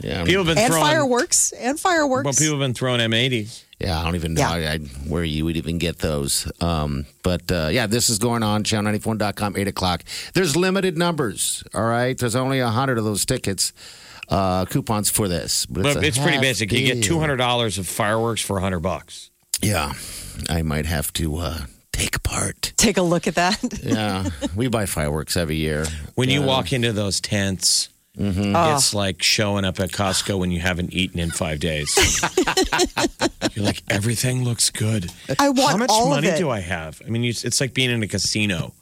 F: Yeah.
E: people have been
D: and
E: throwing.
D: fireworks and fireworks.
E: Well, people have been throwing M80s.
F: Yeah, I don't even know
D: Yeah.
F: I, I, where you would even get those. Um, but uh, yeah, this is going on, channel94.com, 8 o'clock. There's limited numbers, all right? There's only 100 of those tickets, uh, coupons for this. But
E: But
F: a
E: it's pretty
F: half
E: basic. You get
F: deal.
E: two hundred dollars of fireworks for hundred bucks.
F: Yeah, I might have to uh, take part.
D: Take a look at that.
F: Yeah, we buy fireworks every year.
E: When you walk into those tents,
D: Mm-hmm. Ah.
E: it's like showing up at Costco when you haven't eaten in five days. You're like, everything looks good.
D: I want
E: How much
D: all
E: money
D: of it.
E: do I have? I mean, you, it's like being in a casino.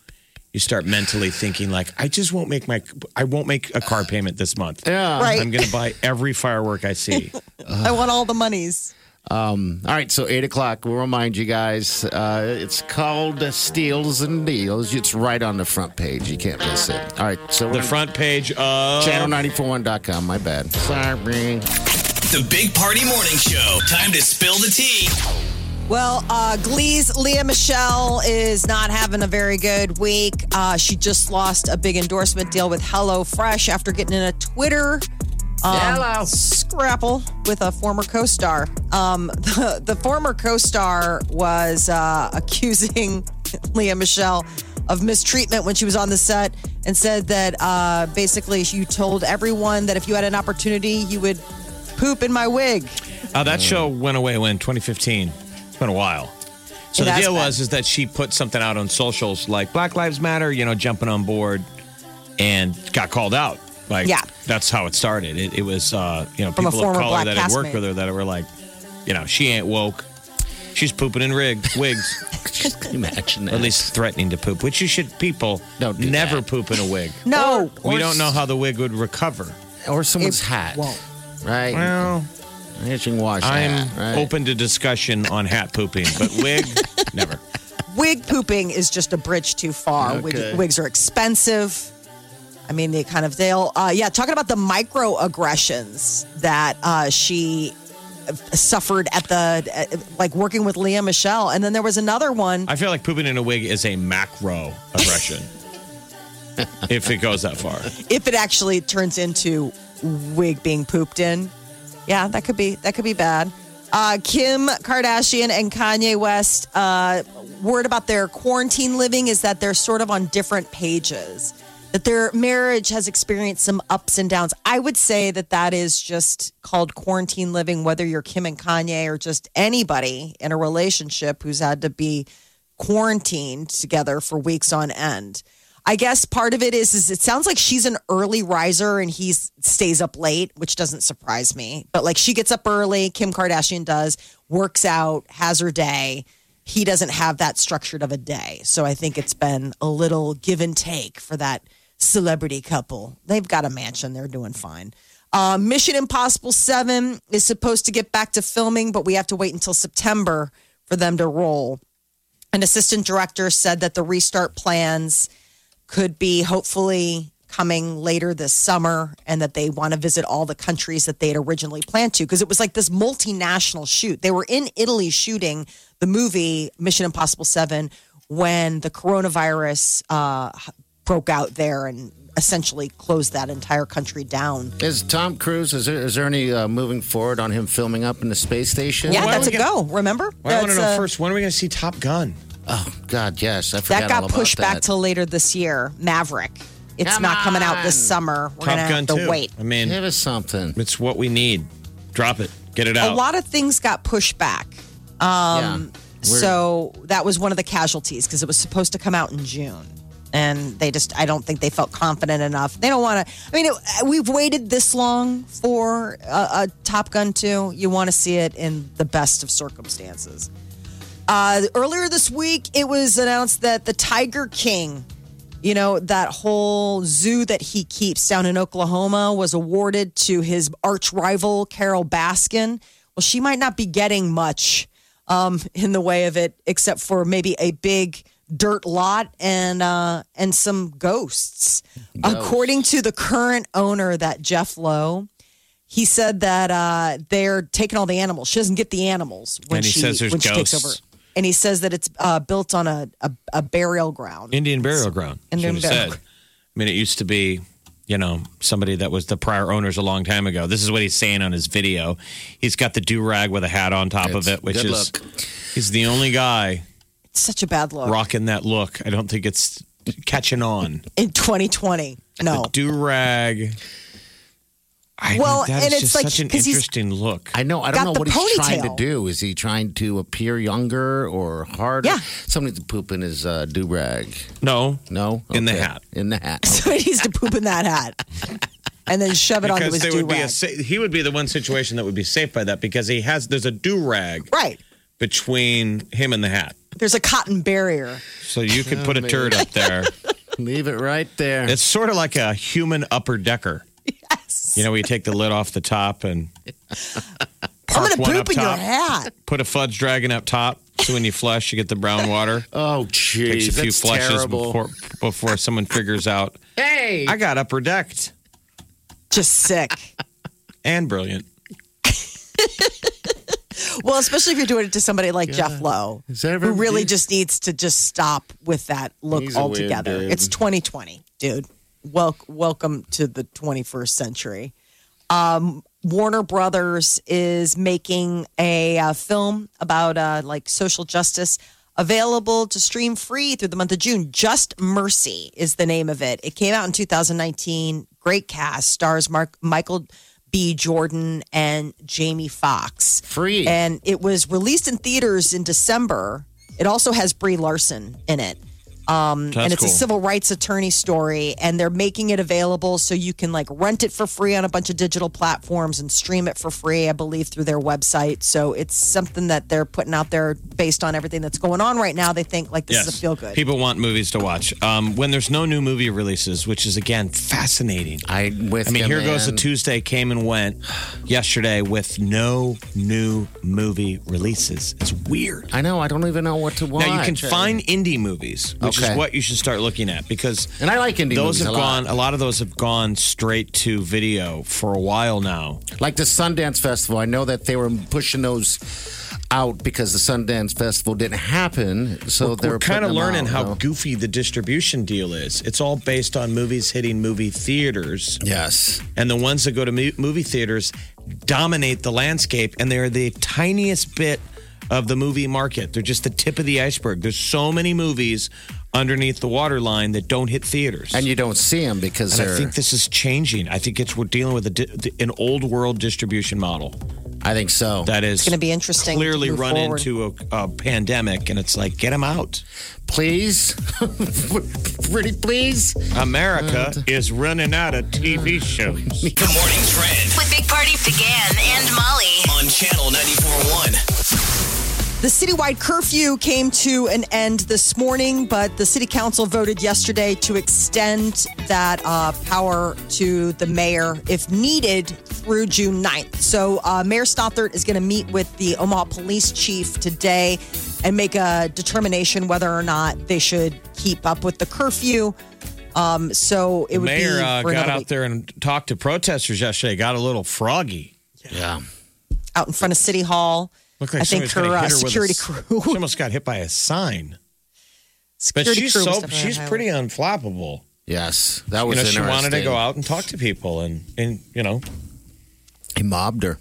E: You start mentally thinking like, I just won't make my, I won't make a car payment this month.
F: Yeah.
D: Right.
E: I'm going to buy every firework I see.
D: I want all the monies.
F: All right, so 8 o'clock, we'll remind you guys. Uh, it's called Steals and Deals. It's right on the front page. You can't miss it. All right, so
E: The front page of
F: Channel941.com, my bad. Sorry.
B: The Big Party Morning Show. Time to spill the tea.
D: Well, uh, Glee's Leah Michelle is not having a very good week. Uh, she just lost a big endorsement deal with HelloFresh after getting in a Twitter um,
F: Hello.
D: scrapple with a former co-star. Um, the, the former co-star was uh, accusing Leah Michelle of mistreatment when she was on the set, and said that uh, basically you told everyone that if you had an opportunity, you would poop in my wig.
E: Uh, that show went away when 2015. It's been a while. So
D: It
E: the
D: has
E: deal
D: been.
E: was is that she put something out on socials like Black Lives Matter, you know, jumping on board, and got called out. Like,
D: Yeah.
E: that's how it started. It, it was, uh, you know,
D: From a
E: people of
D: former
E: color
D: black
E: that had worked
D: castmate.
E: with her that were like, you know, she ain't woke. She's pooping in rig, wigs,
F: Imagine that.
E: or at least threatening to poop, which you should, people,
F: Don't do
E: never
F: that.
E: poop in a wig.
D: No,
E: we
F: Or
E: don't
F: s-
E: know how the wig would recover.
F: or someone's
D: It
F: hat,
D: won't.
F: right?
E: Well,
F: Hitching wash
E: I'm
F: hat, right?
E: open to discussion on hat pooping, but wig, never.
D: wig pooping is just a bridge too far.
F: Okay.
D: Wig, wigs are expensive. I mean, they kind of they'll uh, yeah. Talking about the microaggressions that uh, she suffered at the uh, like working with Leah Michelle, and then there was another one.
E: I feel like pooping in a wig is a macro aggression. if it goes that far.
D: If it actually turns into wig being pooped in, yeah, that could be that could be bad. Uh, Kim Kardashian and Kanye West. Uh, word about their quarantine living is that they're sort of on different pages. That their marriage has experienced some ups and downs. I would say that that is just called quarantine living, whether you're Kim and Kanye or just anybody in a relationship who's had to be quarantined together for weeks on end. I guess part of it is, is it sounds like she's an early riser and he stays up late, which doesn't surprise me. But like she gets up early, Kim Kardashian does, works out, has her day. He doesn't have that structured of a day. So I think it's been a little give and take for that celebrity couple. They've got a mansion, they're doing fine. Uh, Mission Impossible 7 is supposed to get back to filming, but we have to wait until September for them to roll. An assistant director said that the restart plans could be hopefully coming later this summer and that they want to visit all the countries that they had originally planned to because it was like this multinational shoot. They were in Italy shooting the movie Mission Impossible 7 when the coronavirus uh, broke out there and essentially closed that entire country down.
F: Is Tom Cruise? Is there, is there any uh, moving forward on him filming up in the space station?
D: Yeah,
E: why
D: that's a
E: don't we get-
D: go. Remember?
E: Well, I want to
D: That's,
E: know
D: uh,
E: first when are we going to see Top Gun?
F: Oh God, yes, I forgot
D: that
F: all
D: got
F: about
D: pushed back
F: that.
D: till later this year. Maverick. It's
F: Come
D: not coming out this
F: on.
D: summer. We're
E: Top
D: gonna have
E: Gun
D: to
E: too.
D: wait.
E: I mean,
F: Give us something.
E: it's what we need. Drop it. Get it
D: A
E: out.
D: lot of things got pushed back.
F: Um,
D: So that was one of the casualties because it was supposed to come out in June. And they just, I don't think they felt confident enough. They don't want to. I mean, it, uh, we've waited this long for a, a Top Gun 2. You want to see it in the best of circumstances. Uh, earlier this week, it was announced that the Tiger King, you know, that whole zoo that he keeps down in Oklahoma, was awarded to his arch rival, Carol Baskin. Well, she might not be getting much um, in the way of it, except for maybe a big dirt lot and uh, and some ghosts. According to the current owner, that Jeff Lowe, He said that uh, they're taking all the animals. She doesn't get the animals when
E: And he
D: she
E: says there's
D: when she takes over.
E: ghosts.
D: And he says that it's uh, built on a, a, a burial ground.
E: Indian burial ground. is
D: Indian
E: what he
D: burial
E: said. I mean, it used to be, you know, somebody that was the prior owners a long time ago. This is what he's saying on his video. He's got the do rag with a hat on top of
F: It's-
E: it, which
F: good
E: is
F: luck.
E: he's the only guy
D: It's such a bad look
E: rocking that look. I don't think it's catching on.
D: in 2020. No,
E: Do rag.
D: Oh.
E: I
D: Well,
E: think that
D: and
E: is
D: it's
E: just
D: like-
E: such an
D: 'cause he's-
E: interesting look.
F: I know. I
D: Got
F: don't know
D: the
F: what he's trying to
D: ponytail.
F: do. Is he trying to appear younger or harder?
D: Yeah.
F: Somebody to poop in his uh, do rag.
E: No,
F: No,
E: In the
F: Okay.
E: hat.
F: In the hat.
D: so he needs to poop in that hat and then shove it onto
E: because
D: his
E: there
D: do
E: would be a
D: rag.
E: sa- he would be the one situation that would be safe by that because he has there's a do rag
D: Right.
E: between him and the hat,
D: There's a cotton barrier.
E: so you could put a turd up there.
F: Leave it right there.
E: It's sort of like a human upper decker. Yes. You know, where you take the lid off the top and
D: I'm
E: Park
D: gonna
E: one
D: poop
E: up
D: in your
E: top.
D: hat.
E: put a fudge dragon up top. So when you flush, you get the brown water.
F: oh,
E: Takes
F: jeez.
E: a few
F: That's
E: flushes
F: terrible.
E: before before someone figures out
F: hey.
E: I got upper decked
D: Just sick.
E: and brilliant.
D: Mm. Well, especially if you're doing it to somebody like Jeff Lowe,
F: Is that
D: who
F: ever-
D: really just needs to just stop with that look
F: He's a weird
D: altogether.
F: dude.
D: It's 2020, dude. Wel- welcome to the 21st century. Um, Warner Brothers is making a uh, film about uh, like social justice available to stream free through the month of June. Just Mercy is the name of it. It came out in 2019. Great cast stars Mark Michael B. Jordan and Jamie Foxx
F: Free.
D: and it was released in theaters in December. It also has Brie Larson in it. Um,
E: That's
D: and it's a
E: cool.
D: civil rights attorney story, and they're making it available so you can like rent it for free on a bunch of digital platforms and stream it for free, I believe, through their website. So it's something that they're putting out there based on everything that's going on right now. They think like this is a feel good.
E: People want movies to watch. Um, when there's no new movie releases, which is again fascinating.
F: I with
E: I mean,
F: you,
E: here goes the
F: man.
E: Tuesday came and went yesterday with no new movie releases. It's weird.
F: I know. I don't even know what to watch.
E: Now you can find indie movies, which
F: Okay.
E: is what you should start looking at because
F: And I like indie
E: those
F: movies
E: have
F: a lot.
E: gone. A lot of those have gone straight to video for a while now.
F: Like the Sundance Festival, I know that they were pushing those out because the Sundance Festival didn't happen. So they're
E: We're kind of learning how
F: Though.
E: goofy the distribution deal is. It's all based on movies hitting movie theaters,
F: Yes,
E: and the ones that go to mu- movie theaters dominate the landscape, and they are the tiniest bit of the movie market. They're just the tip of the iceberg. There's so many movies underneath the waterline that don't hit theaters.
F: and you don't see them because
E: And
F: they're.
E: I think this is changing. I think it's we're dealing with a, di- an old world distribution model
F: I think so.
E: that is
D: gonna be interesting to
E: Clearly
D: move
E: run
D: forward.
E: into a, a pandemic, and it's like get them out.
F: please, pretty please.
E: America
D: Mm.
E: is running out of TV shows.
B: Good morning, Trend
C: With Big Party began and Molly.
B: on Channel 94.1.
D: The citywide curfew came to an end this morning, but the city council voted yesterday to extend that uh, power to the mayor if needed through June 9th. So, uh, Mayor Stothert is going to meet with the Omaha police chief today and make a determination whether or not they should keep up with the curfew. Um, so, it would
E: Mayor
D: be
E: uh,
D: for
E: got
D: another
E: out
D: week.
E: there and talked to protesters yesterday. Got a little froggy.
F: Yeah.
D: out in front of City Hall.
E: Looked like
D: I think
E: somebody's
D: her,
E: gonna
D: uh,
E: hit her with
D: security
E: a,
D: crew.
E: She almost got hit by a sign. But
D: Security
E: she's
D: crew was
E: so
D: definitely on
E: she's
D: the highway.
E: pretty unflappable.
F: Yes, that
E: You
F: was
E: know, she
F: interesting.
E: wanted to go out and talk to people, and and you know
F: He mobbed her.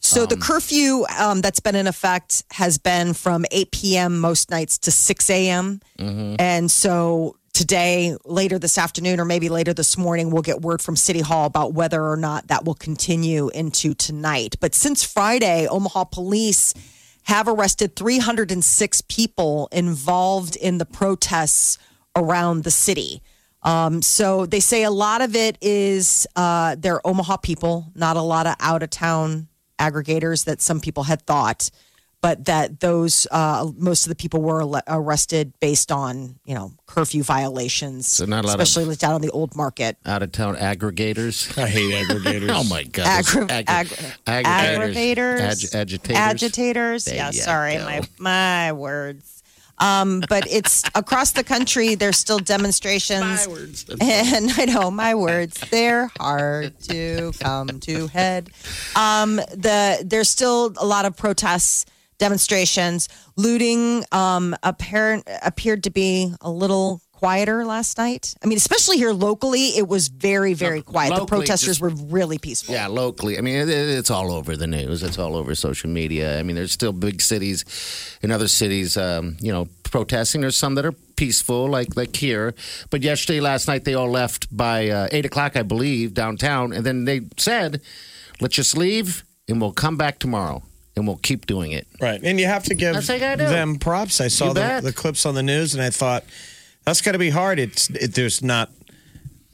D: So the curfew um, that's been in effect has been from 8 p.m. most nights to 6 a.m. And so today, later this afternoon, or maybe later this morning, we'll get word from City Hall about whether or not that will continue into tonight. But since Friday, Omaha police have arrested 306 people involved in the protests around the city. Um, so they say a lot of it is uh, they're Omaha people, not a lot of out of town aggregators that some people had thought, but that those uh, most of the people were ale- arrested based on you know curfew violations,
F: So not a lot of-
D: especially like down on the old market.
F: Out of town aggregators.
E: I hate aggregators.
F: Oh my God!
D: Aggra-
F: those ag-
D: aggra- aggravators,
F: aggravators. Ag- agitators.
D: agitators.
F: There
D: yeah,
F: you
D: sorry,
F: go.
D: my my words. Um, but it's across the country. There's still demonstrations. And I know my words. They're hard to come to head. Um, the there's still a lot of protests, demonstrations, looting. Um, apparent appeared to be a little quieter last night. I mean, especially here locally, it was very very quiet. the
F: locally,
D: protesters
F: just-
D: were really peaceful.
F: Yeah, locally. I mean, it, it- it's all over the news. It's all over social media. I mean, there's still big cities in other cities, um, you know, protesting. There's some that are peaceful, like like here. But yesterday, last night, they all left by uh, eight o'clock, I believe, downtown, and then they said, "Let's just leave, and we'll come back tomorrow, and we'll keep doing it."
E: Right. And you have to give
F: That's what you gotta do.
E: them props. I saw
F: You
E: the,
F: bet.
E: the clips on the news and I thought, that's got to be hard. It's it, There's not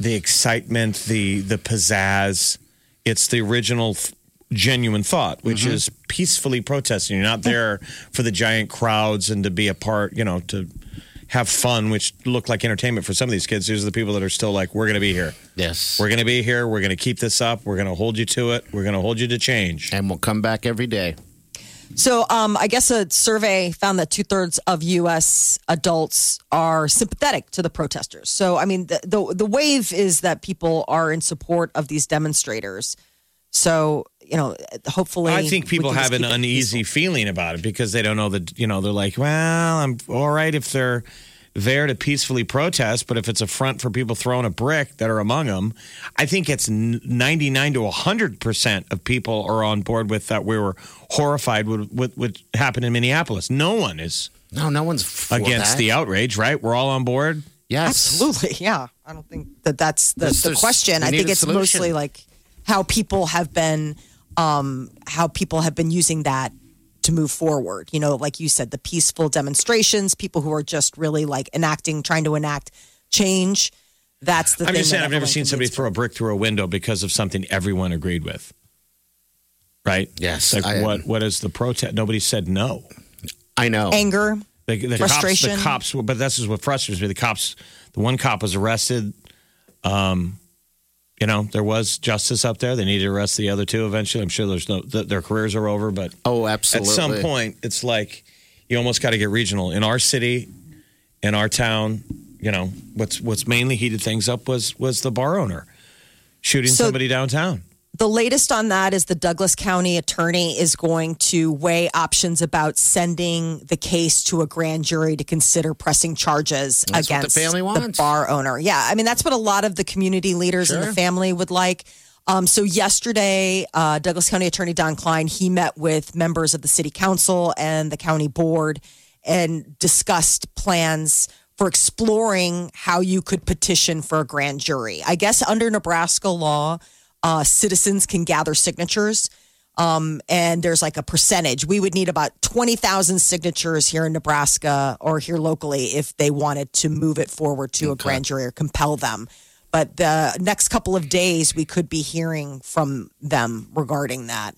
E: the excitement, the, the pizzazz. It's the original, f- genuine thought, which
F: Mm-hmm.
E: is peacefully protesting. You're not there for the giant crowds and to be a part, you know, to have fun, which looked like entertainment for some of these kids. These are the people that are still like, we're going to be here.
F: Yes,
E: We're going to be here. We're going to keep this up. We're going to hold you to it. We're going to hold you to change.
F: and we'll come back every day.
D: So, um, I guess a survey found that two thirds of U.S. adults are sympathetic to the protesters. So, I mean, the, the the wave is that people are in support of these demonstrators. So, you know, hopefully,
E: I think
D: we
E: people
D: can just
E: have an
D: keep it
E: uneasy feeling about it because they don't know that, you know, they're like, well, I'm all right if they're there to peacefully protest, but if it's a front for people throwing a brick that are among them, I think it's n- 99 to 100% of people are on board with that. We were horrified with what would happen in Minneapolis. No one is
F: No, no one's for
E: against
F: that.
E: the outrage, right? We're all on board.
F: yes,
D: Absolutely, yeah. I don't think that that's the,
F: There's-
D: the
F: there's-
D: question.
F: we
D: I
F: need
D: think
F: a
D: it's
F: solution.
D: mostly like how people have been, um, how people have been using that to move forward. You know, like you said, the peaceful demonstrations, people who are just really like enacting, trying to enact change. That's the.
E: I'm
D: thing
E: just saying,
D: that
E: I've never
D: everyone
E: seen somebody
D: competes
E: throw a brick through a window because of something everyone agreed with. Right?
F: Yes,
E: Like
F: I-
E: what? What is the protest? Nobody said no.
F: I know.
D: with. anger.
E: The, the
D: Frustration.
E: Cops, the cops, but this is what frustrates me. The cops, the one cop was arrested. Um, you know, there was justice up there. They needed to arrest the other two eventually. I'm sure there's no, th- their careers are over, but
F: Oh, absolutely.
E: at some point, it's like you almost got to get regional. In our city, in our town, you know, what's what's mainly heated things up was was the bar owner shooting
D: So-
E: somebody downtown.
D: The latest on that is the Douglas County attorney is going to weigh options about sending the case to a grand jury to consider pressing charges
F: That's what the
D: against
F: family wants.
D: bar owner. Yeah, I mean that's what a lot of the community leaders and the
F: Sure.
D: family would like. Um, so yesterday, uh, Douglas County Attorney Don Klein he met with members of the City Council and the County Board and discussed plans for exploring how you could petition for a grand jury. I guess under Nebraska law, uh, citizens can gather signatures. Um, and there's like a percentage. We would need about 20,000 signatures here in Nebraska or here locally if they wanted to move it forward to a grand jury or compel them. But the next couple of days, we could be hearing from them regarding that.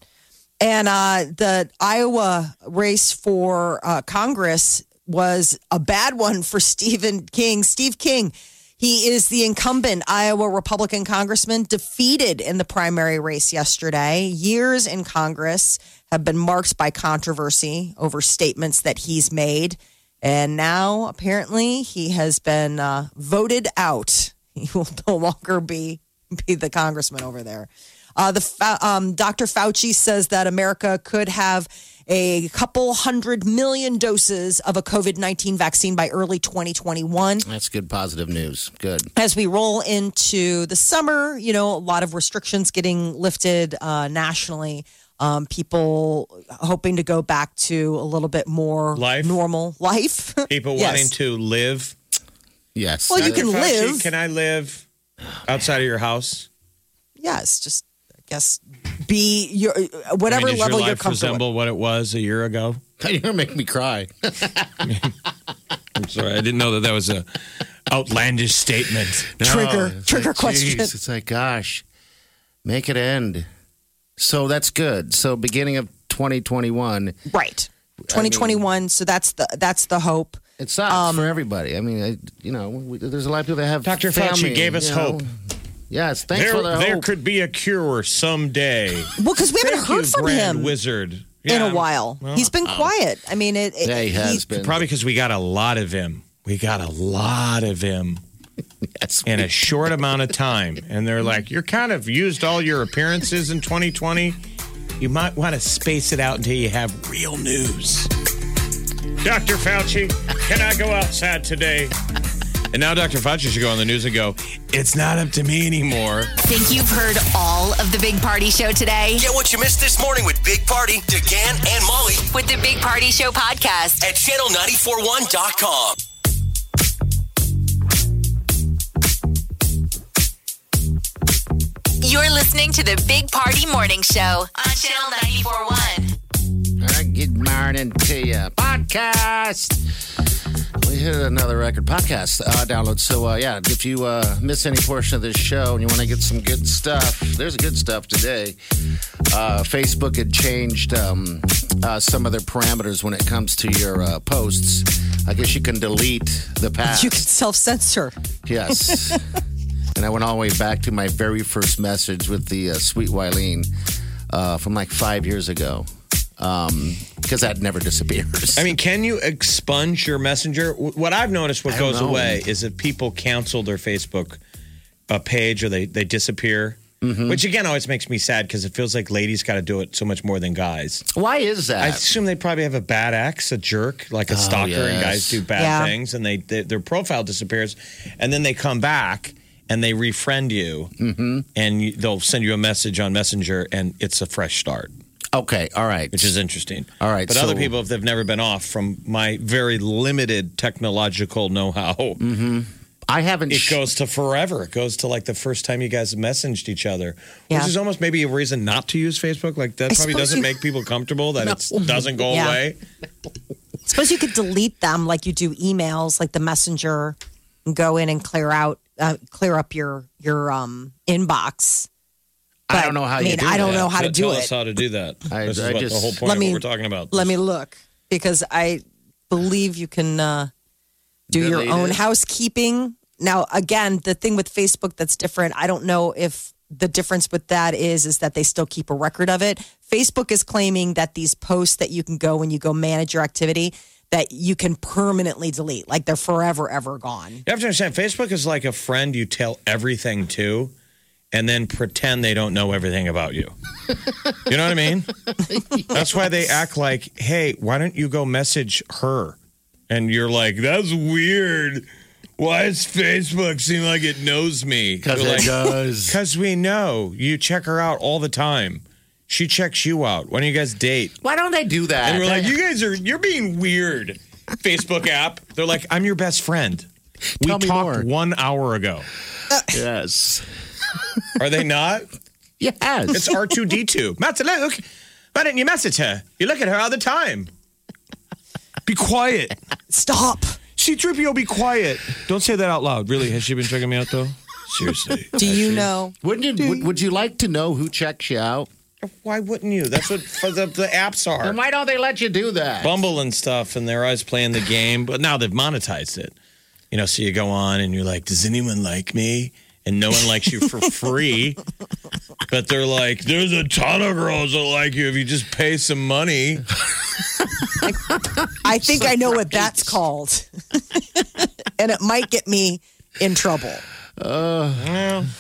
D: And uh, the Iowa race for uh, Congress was a bad one for Stephen King. Steve King, he is the incumbent Iowa Republican congressman, defeated in the primary race yesterday. Years in Congress have been marked by controversy over statements that he's made. And now, apparently, he has been uh, voted out. He will no longer be be the congressman over there. Uh, the Fa- um, Dr. Fauci says that America could have a couple hundred million doses of a COVID nineteen vaccine by early 2021
F: That's good positive news. Good.
D: as we roll into the summer, you know, a lot of restrictions getting lifted uh, nationally. Um, people hoping to go back to a little bit more
E: Life?
D: normal life.
E: People
D: Yes.
E: wanting to live.
F: Yes.
D: Well, you
F: Uh,
D: can
E: Fauci,
D: live.
E: Can I live outside of your house?
D: Yes, just I guess be your uh, whatever
E: I mean, does
D: level
E: your
D: you're
E: life
D: comfortable.
E: resemble what it was a year ago?
F: You're gonna make me cry.
E: I'm sorry, I didn't know that that was a outlandish statement.
D: Trigger-
E: Oh,
F: it's
D: trigger
F: like,
D: question.
F: geez, it's like, gosh, make it end. So that's good. So beginning of 2021,
D: with. Right. 2021. so that's the that's the hope.
F: it sucks
D: Um,
F: for everybody. I mean, I, you know, we, there's a lot of people that have
E: Dr.
F: family,
E: Fauci gave us
F: you know.
E: hope.
F: Yes, thanks
E: There,
F: for the
E: there
F: hope.
E: could be a cure someday.
D: Well, because we haven't
E: Thank you,
D: heard from
E: Grand
D: him.
E: Wizard.
D: in
E: Yeah.
D: a while.
E: Well,
D: He's been
E: um,
D: quiet. I mean, it, it-
F: Yeah, he has
D: he-
F: been.
E: Probably because we got a lot of him. We got a lot of him
F: Yes,
E: in a short amount of time. And they're like, you're kind of used all your appearances in 2020. You might want to space it out until you have real news. Dr. Fauci, can I go outside today? And now Dr. Fauci should go on the news and go, it's not up to me anymore.
C: Think you've heard all of the Big Party Show today?
B: Get what you missed this morning with Big Party, DeGan, and Molly
C: With the Big Party Show podcast.
B: at channel941.com.
C: You're listening to the Big Party Morning Show on Channel 941.
F: Uh, Good morning to you. Podcast. We hit another record podcast uh, download. So, uh, yeah, if you uh, miss any portion of this show and you want to get some good stuff, there's good stuff today. Uh, Facebook had changed um, uh, some of their parameters when it comes to your uh, posts. I guess you can delete the past.
D: You can self censor.
F: Yes. and I went all the way back to my very first message with the uh, sweet Wileen uh, from like five years ago. Because that never disappears.
E: I mean, can you expunge your messenger? W- What I've noticed, what
F: I don't
E: goes
F: know.
E: away is if people cancel their Facebook uh, page or they they disappear.
F: Mm-hmm.
E: Which again always makes me sad because it feels like ladies got to do it so much more than guys.
F: why is
E: I
F: that?
E: assume they probably have a bad ex, a jerk, like a stalker, and
F: Oh, yes.
E: guys do bad
D: Yeah.
E: things, and they, they their profile disappears, and then they come back and they refriend you,
F: Mm-hmm.
E: and you, they'll send you a message on Messenger, and it's a fresh start
F: okay, all right.
E: which is interesting.
F: All right,
E: But
F: so-
E: other people, if they've never been off from my very limited technological know how,
F: Mm. I haven't.
E: it
F: sh-
E: goes to forever. It goes to like the first time you guys messaged each other,
D: Yeah.
E: which is almost maybe a reason not to use Facebook. Like that
D: I
E: probably
D: suppose
E: doesn't
D: you-
E: make people comfortable that it's it doesn't go
D: Yeah.
E: away.
D: Suppose you could delete them like you do emails, like the messenger, and go in and clear out, uh, clear up your your um inbox.
F: I don't know how
D: I mean,
F: you do
D: I don't
F: that.
D: know how to
E: T-
D: do
E: tell
D: it.
E: us how to do that.
F: I-
E: this
F: I
E: is what the
F: just-
E: whole point
D: Let
E: of
D: me-
E: what we're talking about.
D: Let me look because I believe you can uh, do your
F: Delete
D: own
F: it.
D: housekeeping. Now, again, the thing with Facebook that's different, I don't know if the difference with that is is that they still keep a record of it. Facebook is claiming that these posts that you can go when you go manage your activity that you can permanently delete, like they're forever ever gone.
E: You have to understand, Facebook is like a friend you tell everything to, and then pretend they don't know everything about you. you know what I mean? That's why they act like, "Hey, why don't you go message her?" And you're like, "That's weird. Why does Facebook seem like it knows me?"
F: Because
E: They're
F: it
E: like,
F: does.
E: "'Cause we know you check her out all the time. She checks you out. Why don't you guys date?"
F: Why don't they do that?
E: And we're like, "You guys are you're being weird." Facebook app. They're like, "I'm your best friend." We
F: Tell me more.
E: talked one hour ago.
F: yes.
E: Are they not?
F: Yes.
E: It's R two D two. Matt, look. Why didn't you message her? You look at her all the time. Be quiet.
D: Stop.
E: C three PO. Be quiet. Don't say that out loud. Really? Has she been checking me out though? Seriously.
D: Do you know?
F: Wouldn't you? Would, would you like to know who checks you out?
E: Why wouldn't you? That's what for the, the apps
F: And
E: are.
F: why don't they let you do that?
E: Bumble and stuff, and they're always playing the game. But now they've monetized it. You know, so you go on and you're like, "Does anyone like me?" And no one likes you for free. But they're like, "There's a ton of girls that like you if you just pay some money."
D: I think I know what that's called. and it might get me in trouble.
E: Uh,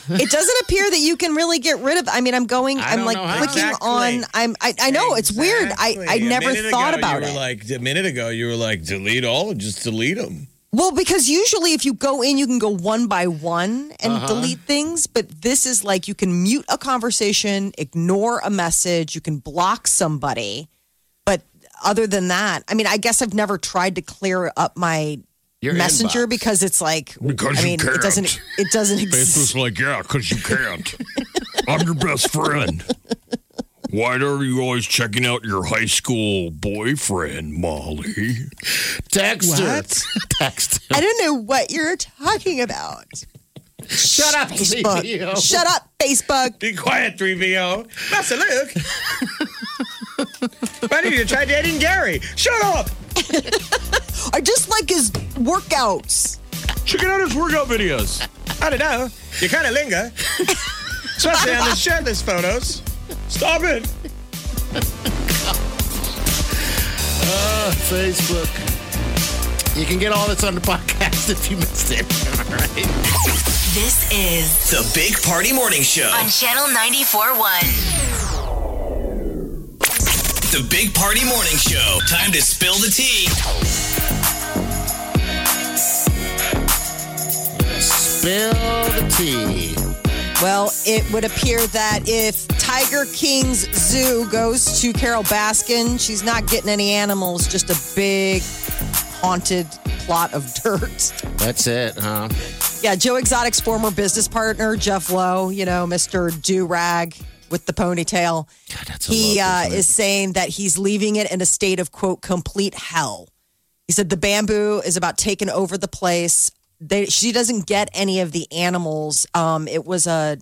D: it doesn't appear that you can really get rid of I mean I'm going
F: I
D: I'm
F: don't
D: like
F: know how.
D: clicking
E: Exactly.
D: on I'm I, I know it's weird. I, I
E: Exactly. A
D: never
E: minute
D: thought
E: ago,
D: about
E: you
D: it.
E: were Like a minute ago, you were like, delete all, just delete them.
D: well, because usually if you go in you can go one by one and
F: Uh-huh.
D: delete things, but this is like you can mute a conversation, ignore a message, you can block somebody. But other than that, I mean I guess I've never tried to clear up my
F: Your
D: messenger
F: inbox.
D: because it's like
J: Because
D: I
J: you
D: mean it
J: can't.
D: doesn't it doesn't
J: It's
D: exist.
J: like, yeah, because you can't. I'm your best friend. Why are you always checking out your high school boyfriend, Molly?
F: text her.
D: What?
F: text.
D: I don't know what you're talking about.
F: Shut up,
D: Facebook.
F: Leo.
D: Shut up, Facebook.
E: Be quiet, 3VO. Master Luke. Why did you try dating Gary? Shut up.
D: I just like his workouts.
E: Check out his workout videos. I don't know. You kind of linger, especially on the shirtless photos. Stop it.
F: on Facebook. You can get all this on the podcast if you missed it. All right.
C: This is
B: The Big Party Morning Show.
C: on Channel 94.1.
B: The Big Party Morning Show. Time to spill the tea.
F: Spill the tea.
D: Well, it would appear that if Tiger King's zoo goes to Carol Baskin, she's not getting any animals, just a big haunted plot of dirt.
F: That's it, huh?
D: Yeah, Joe Exotic's former business partner, Jeff Lowe, you know, Mr. Do Rag with the ponytail.
F: a
D: he
F: look,
D: uh, is saying that he's leaving it in a state of, quote, complete hell. He said the bamboo is about taking over the place. They, she doesn't get any of the animals. Um, it was a,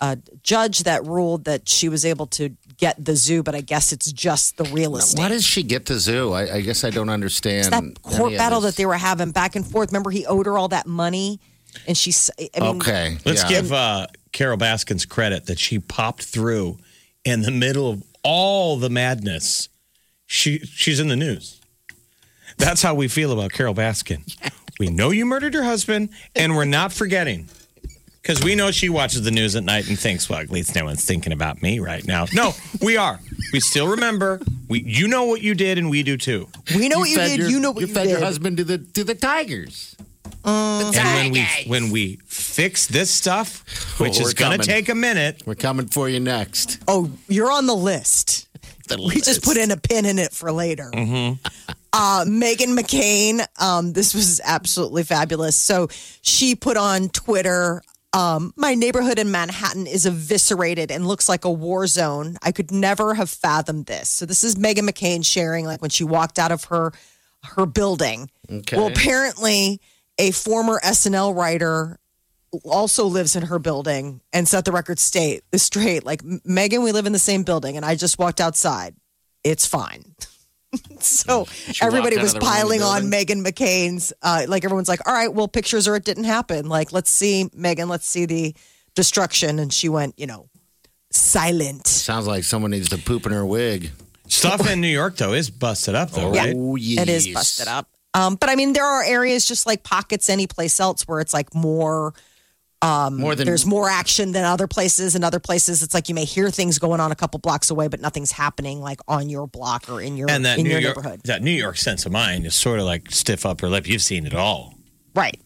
D: a judge that ruled that she was able to get the zoo, but I guess it's just the real estate.
F: Why does she get the zoo? I, I guess I don't understand.
D: It's that court
F: any of
D: battle
F: this.
D: that they were having back and forth. Remember, he owed her all that money, and she. s- I mean,
E: Let's give uh, Carol Baskins credit that she popped through in the middle of all the madness. She she's in the news. That's how we feel about Carol Baskin. We know you murdered your husband, and we're not forgetting. Because we know she watches the news at night and thinks, well, at least no one's thinking about me right now. No, we are. We still remember. We, you know what you did, and we do too.
D: We know what you
F: fed
D: did.
F: your-
D: you know what you,
F: fed
D: did.
F: your husband to the to the tigers.
E: And when we when we fix this stuff, which
F: We're
E: is going
F: coming.
E: to take a minute,
F: We're coming for you next.
D: Oh, you're on the list.
F: The
D: we just
F: list. Mm-hmm.
D: put in a pin in it for later.
E: Mhm.
D: Uh, Megan McCain, um, this was absolutely fabulous. So she put on Twitter. Um, my neighborhood in Manhattan is eviscerated and looks like a war zone. I could never have fathomed this. So this is Megan McCain sharing, like when she walked out of her her building.
F: Okay.
D: Well, apparently, a former SNL writer also lives in her building and set the record state straight. Like Megan, we live in the same building, and I just walked outside. It's fine. so
F: Mm. She
D: everybody
F: walked out
D: was
F: of the wrong
D: piling on
F: building?
D: Megan McCain's. Uh, like everyone's like, "All right, well, pictures or it didn't happen." Like, let's see Megan. Let's see the destruction. And she went, you know, silent.
F: Sounds like someone needs to poop in her wig.
E: Stuff in New York though is busted up though, right?
F: Oh yes.
D: It is busted up. Um, but I mean, there are areas just like pockets, any place else where it's like more. um,
F: More than
D: there's more action than other places and other places it's like you may hear things going on a couple blocks away but nothing's happening like on your block or in your
E: And that
D: in
E: New
D: your
E: York
D: neighborhood
E: that New York sense of mind is sort of like stiff upper lip. You've seen it all.
D: right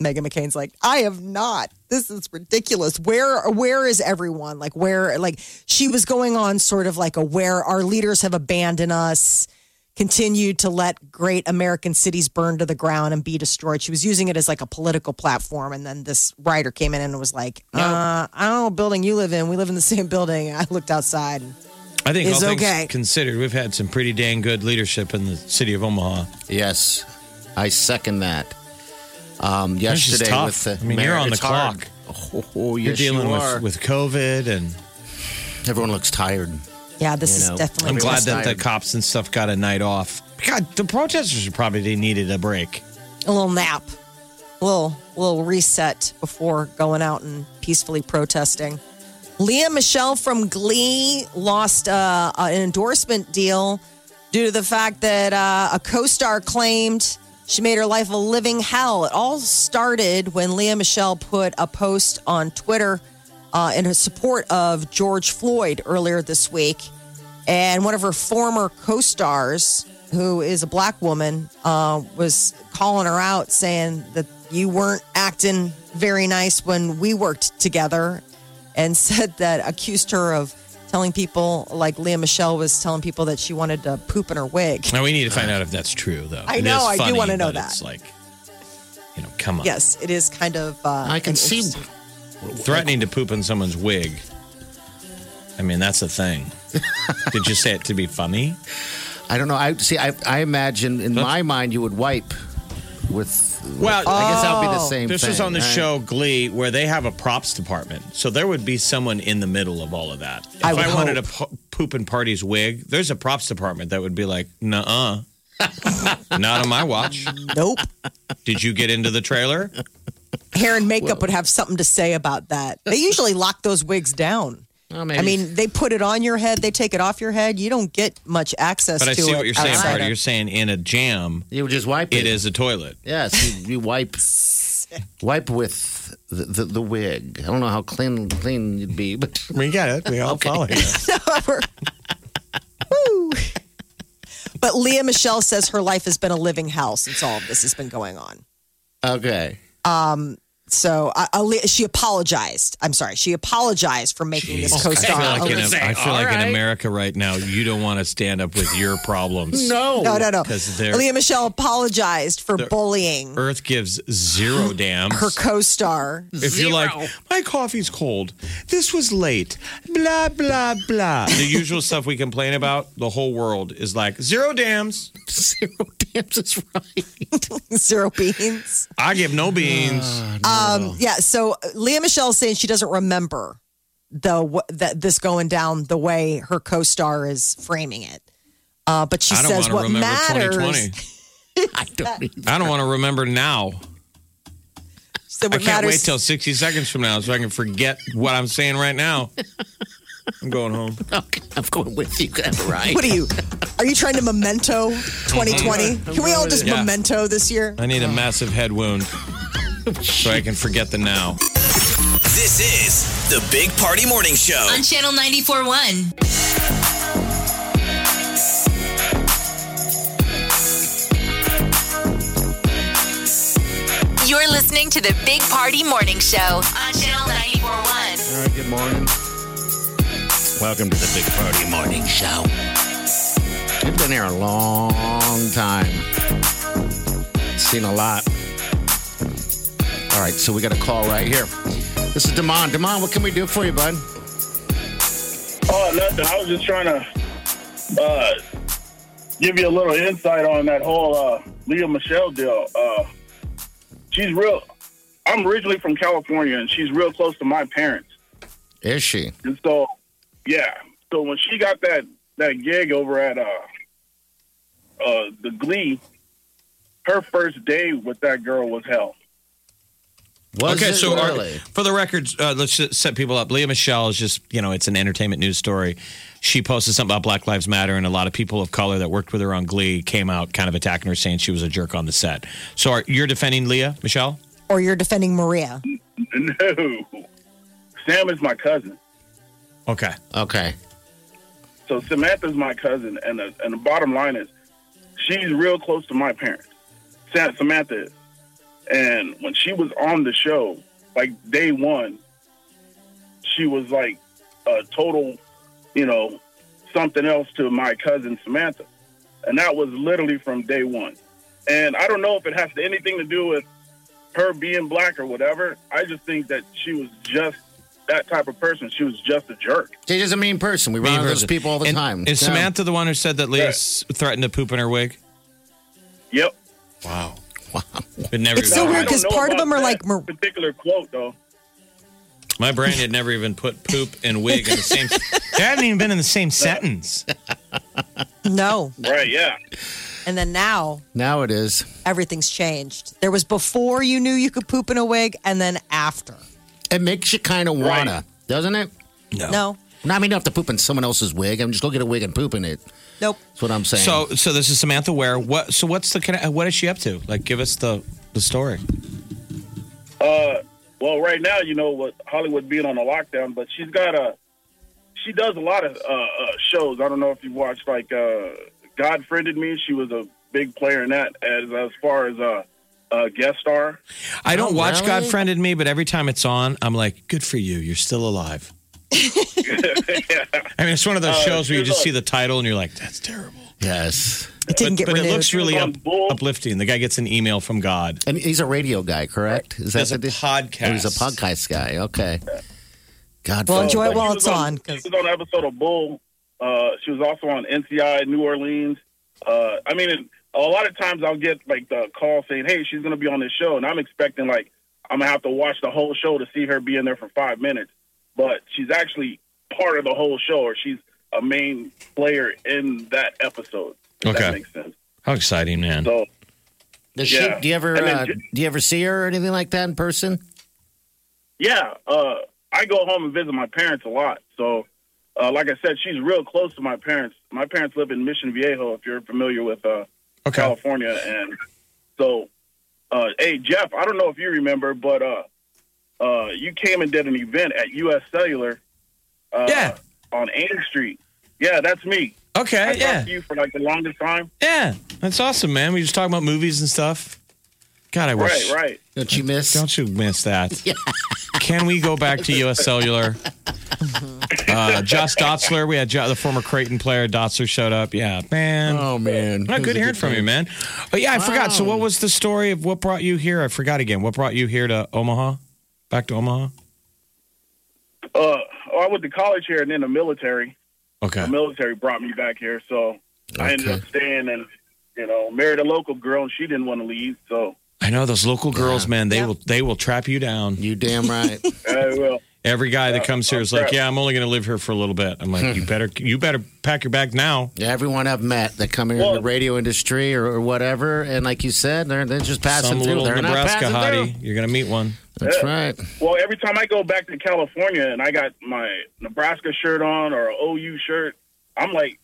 D: megan mccain's like i have not this is ridiculous where where is everyone like where like she was going on sort of like a where our leaders have abandoned us continued to let great american cities burn to the ground and be destroyed she was using it as like a political platform and then this writer came in and was like uh, i don't know what building you live in we live in the same building i looked outside and
E: I think
D: It's
E: all things
D: okay.
E: considered, we've had some pretty dang good leadership in the city of Omaha.
F: Yes, I second that. Um,
E: This is
F: yesterday
E: tough.
F: with the
E: I mean, you're
F: mayor,
E: on the
F: it's hard.
E: clock.
F: Oh, oh,
E: You're
F: yes,
E: dealing
F: you are.
E: with, with COVID, and
F: everyone looks tired.
D: Yeah, this
F: You
D: is
F: know,
D: definitely.
E: I'm glad that the
F: tired.
E: cops and stuff got a night off. God, the protesters probably needed a break.
D: a little nap, a little little reset before going out and peacefully protesting. Leah Michelle from Glee lost uh, uh, an endorsement deal due to the fact that uh, a co-star claimed she made her life a living hell. It all started when Leah Michelle put a post on Twitter uh, in her support of George Floyd earlier this week. and one of her former co-stars who is a black woman uh, was calling her out saying that you weren't acting very nice when we worked together and said that accused her of telling people like leah michelle was telling people that she wanted to poop in her wig
E: Now we need to find
F: Uh,
E: out if that's true, though.
D: I
E: It
D: know,
E: is
D: I do
E: funny,
D: wanna know
E: but
D: that.
E: It's like, you know, come on.
D: yes it is kind of uh,
F: I can
D: an
F: see.
D: interesting-
E: Threatening to poop in someone's wig. I mean, that's a thing. Did you say it to be funny?
F: I don't know. I see. I, I imagine in my mind you would wipe with.
E: Well,
F: I guess that would be the
D: Oh.
F: same.
E: This
F: thing,
E: was on the
F: right?
E: show Glee, where they have a props department. So there would be someone in the middle of all of that. If
D: I
E: I,
D: would
E: wanted to po- poop in party's wig, there's a props department that would be like, "Nuh-uh, not on my watch."
D: nope
E: Did you get into the trailer?
D: hair and makeup would have something to say about that they usually lock those wigs down
F: Well, maybe.
D: I mean, they put it on your head, they take it off your head. You don't get much access to
E: But I see
D: it.
E: what you're saying,
D: outside
E: Party.
D: of-
E: You're saying in a jam,
F: you just wipe
E: it is a toilet.
F: Yes, you, you wipe wipe with the, the, the wig. I don't know how clean clean you'd be, but
E: we get it. We all follow you.
D: Woo. But Leah Michelle says her life has been a living hell since all of this has been going on.
F: Okay.
D: Um, so I, I, Leah- she apologized. I'm sorry, she apologized for making
E: I
D: this
E: feel
D: co-star.
E: like, in,
D: a-
E: I feel like in America right now, you don't want to stand up with your problems.
D: no, no, no.
E: Because they're- er
D: Leah Michelle apologized for bullying
E: Earth gives zero damns.
D: her co-star.
E: if you're like, my coffee's cold, this was late, blah, blah, blah. The usual stuff we complain about, the whole world is like, zero dams.
F: Zero dams is right.
D: Zero beans.
E: I give no beans.
D: Um, yeah. So Leah Michelle's saying she doesn't remember the wh- that this going down the way her co-star is framing it. Uh, but she
E: I don't
D: says
E: want to
D: what
E: remember
D: matters.
E: 2020. I don't want to remember now.
D: So
E: I
D: what
E: can't wait
D: matters.
E: till 60 seconds from now so I can forget what I'm saying right now. I'm going home.
F: Okay, I'm going with you. That's right.
D: what are you? Are you trying to memento 2020? Can we all just
E: Yeah.
D: memento this year?
E: I need a massive head wound so I can forget the now.
B: This is the Big Party Morning Show.
C: On Channel 94.1. You're listening to the Big Party Morning Show on Channel 94.1.
F: All right, good morning. Welcome to the Big Party Morning Show. We've been here a long time. Seen a lot. All right, so we got a call right here. This is Damon. Damon, what can we do for you, bud?
K: Oh, nothing. I was just trying to uh, give you a little insight on that whole uh, Leah Michelle deal. Uh, she's real. I'm originally from California, and she's real close to my parents.
F: Is she?
K: And so, yeah. So when she got that that gig over at uh, uh, the Glee, her first day with that girl was hell.
F: Was
E: okay,
F: it
E: so are-
F: really?
E: for the record, uh, let's just set people up. Leah Michelle is just, you know, it's an entertainment news story. She posted something about Black Lives Matter, and a lot of people of color that worked with her on Glee came out kind of attacking her, saying she was a jerk on the set. So are, you're defending Leah Michelle?
D: Or you're defending Maria?
K: No, Sam is my cousin.
E: Okay.
F: Okay.
K: So Samantha's my cousin, and the, and the bottom line is, she's real close to my parents. Sam, Samantha, is. and when she was on the show, like day one, she was like a total, you know, something else to my cousin Samantha, and that was literally from day one. And I don't know if it has anything to do with her being black or whatever. I just think that she was just that type of person. She was just a jerk.
F: She's just a mean person. We run into those people all the
E: And-
F: time.
E: Is
F: Yeah.
E: Samantha the one who said that Leah s threatened to poop in her wig?
K: Yep.
E: Wow. Wow. It never
D: It's so
E: even-
D: weird because
K: I don't know
D: part of
K: about
D: them are
K: that
D: like, Mar-
K: particular quote though.
E: My brain had never even put poop and wig in the same. They hadn't even been in the same sentence.
D: no.
K: Right, yeah.
D: And then now
F: Now it is.
D: everything's changed. There was before you knew you could poop in a wig, and then after.
F: It makes you kind of wanna, doesn't it?
E: Oh.
D: No.
F: Not I mean, you don't have to poop in someone else's wig. I'm just go get a wig and poop in it.
D: Nope.
F: That's what I'm saying. Oh,
E: So, so this is Samantha Ware. What? So, what's the? conne- What is she up to? Like, give us the the story.
K: Uh, well, right now, you know, with Hollywood being on a lockdown, but she's got a, she does a lot of uh, uh, shows. I don't know if you've watched like uh, God Friended Me. She was a big player in that as as far as a uh, uh, guest star.
E: I don't
F: Oh,
E: watch
F: really?
E: God Friended Me, but every time it's on, I'm like, good for you. You're still alive. I mean, it's one of those
K: Uh,
E: shows where you
K: here's
E: just
K: a-
E: see the title and you're like, that's terrible.
F: yes,
D: It didn't
E: but
D: get
E: but
D: renewed.
E: it looks really
K: She
E: up,
K: was on Bull.
E: uplifting. The guy gets an email from God.
F: and he's a radio guy, correct? Is
E: That's a
F: the-
E: podcast.
F: Oh, He's a podcast guy. Okay. God.
D: Well,
F: forbid.
D: enjoy it while
K: She
D: it's
K: was
D: on.
K: She
D: 'cause-
K: was on an episode of Bull. Uh, she was also on NCI New Orleans. Uh, I mean, and a lot of times I'll get like the call saying, "Hey, she's going to be on this show," and I'm expecting like I'm gonna have to watch the whole show to see her be in there for five minutes. But she's actually part of the whole show, or she's a main player in that episode. If
E: Okay.
K: that makes sense.
E: How exciting, man!
K: So
F: Does she,
K: yeah.
F: do you ever
K: And then
F: uh,
K: ju-
F: do you ever see her or anything like that in person?
K: yeah, uh, I go home and visit my parents a lot. So, uh, like I said, she's real close to my parents. My parents live in Mission Viejo, if you're familiar with uh, California. And so, uh, hey, Jeff, I don't know if you remember, but uh, uh, you came and did an event at U.S. Cellular. Uh, yeah. On Ann Street. Yeah, that's me.
E: Okay,
K: I
E: yeah.
K: talked to you for like the longest time.
E: Yeah, that's awesome, man. We just talking about movies and stuff. God, I wish.
K: Right, right.
E: Don't you miss? Don't you miss that? Can we go back to U.S. Cellular?
F: Mm-hmm.
E: Uh, Josh Dotzler, we had Jo- the former Creighton player Dotzler showed up. Yeah, man. Oh man,
A: Those
E: good
A: are
E: hearing
A: good
E: from you, man.
A: times.
E: But yeah, I forgot. So,
A: Wow.
E: what was the story of what brought you here? I forgot again. What brought you here to Omaha? Back to Omaha?
K: Uh, oh, I went to college here and then the military.
E: Okay.
K: The military brought me back here, so I ended
E: Okay.
K: up staying and you know married a local girl and she didn't want to leave. So
E: I know those local girls, man. They will they will trap you down. You damn right.
K: I will.
E: Every guy that comes here is like,
K: crap.
E: "Yeah, I'm only going to live here for a little bit." I'm like, "You better, you better pack your bag now."
F: Yeah, everyone I've met that come here in the radio industry or, or whatever, and like you said, they're, they're just passing
E: Some
F: through.
E: little
F: they're
E: Nebraska
F: not passing
E: hottie, you're going to meet one.
F: That's
K: Yeah. Well, every time I go back to California and I got my Nebraska shirt on or a OU shirt, I'm like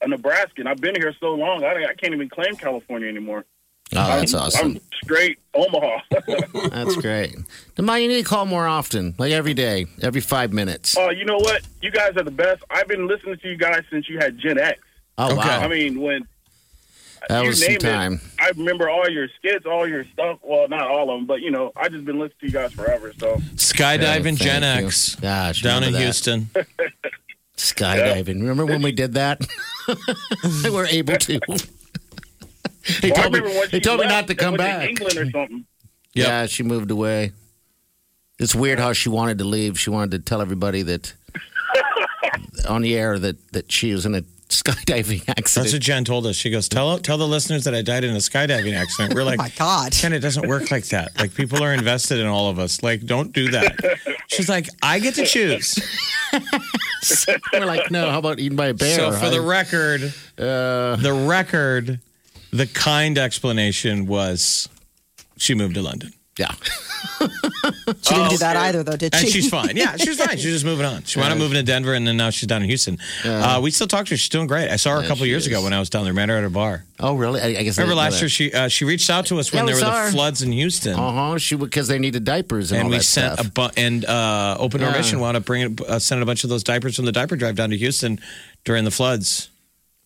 K: a Nebraskan. I've been here so long, I, I can't even claim California anymore.
F: through. Oh, that's
K: I'm-
F: awesome.
K: I'm straight Omaha.
F: That's great. Demai, you need to call more often, like every day, every five minutes.
K: Oh, you know what? You guys are the best. I've been listening to you guys since you had Gen X.
F: Oh, Okay. wow.
K: I mean, when
F: That
K: you
F: was some
K: name
F: time.
K: it, I remember all your skits, all your stuff. Well, not all of them, but you know, I just been listening to you guys forever. So
E: Skydiving
F: Okay,
E: Gen
F: thank you.
E: X
F: Gosh,
E: down
F: remember
E: in
F: that.
E: Houston.
F: Skydiving. Remember when we did that? we were able to. they
K: Well, I
F: told, me,
K: remember once
F: they
K: you
F: told me
K: left
F: not to
K: and
F: come
K: went
F: back.
K: England or something.
F: Yeah, she moved away. It's weird how she wanted to leave. She wanted to tell everybody that on the air that, that she was in a skydiving
E: That's what
F: accident.
E: Jen told us. She goes, "Tell tell the listeners that I died in a skydiving accident." We're
F: Oh
E: like, "My
D: God,
E: Jen, it doesn't work like that. Like people are invested in all of us. Like, don't do that." She's like, "I get to choose."
F: We're like, no, how about eaten by a bear?
E: So for the
F: I-
E: record,
F: Uh.
E: the record, the kind explanation was she moved to London. Yeah.
D: She didn't do that either, though, did she?
E: Oh, And she's fine. Yeah, she's fine. She's just moving on. She wound up moving to Denver, and then now she's down in Houston. Uh, we still talk to her. She's doing great. I saw her a
F: Yeah,
E: couple
F: she
E: years ago
F: is.
E: when I was down there. Met her at a bar.
F: oh, really? I, I guess I
E: Remember
F: didn't know that.
E: last year, she uh, she reached out to us when
F: Yeah, we
E: there were the
F: saw her.
E: floods in Houston,
F: Uh huh. She because they needed diapers and,
E: and
F: all
E: we
F: that
E: sent
F: stuff.
E: a bu- and uh, Open Door
F: Yeah.
E: Mission wound up bringing uh, sending a bunch of those diapers from the diaper drive down to Houston during the floods.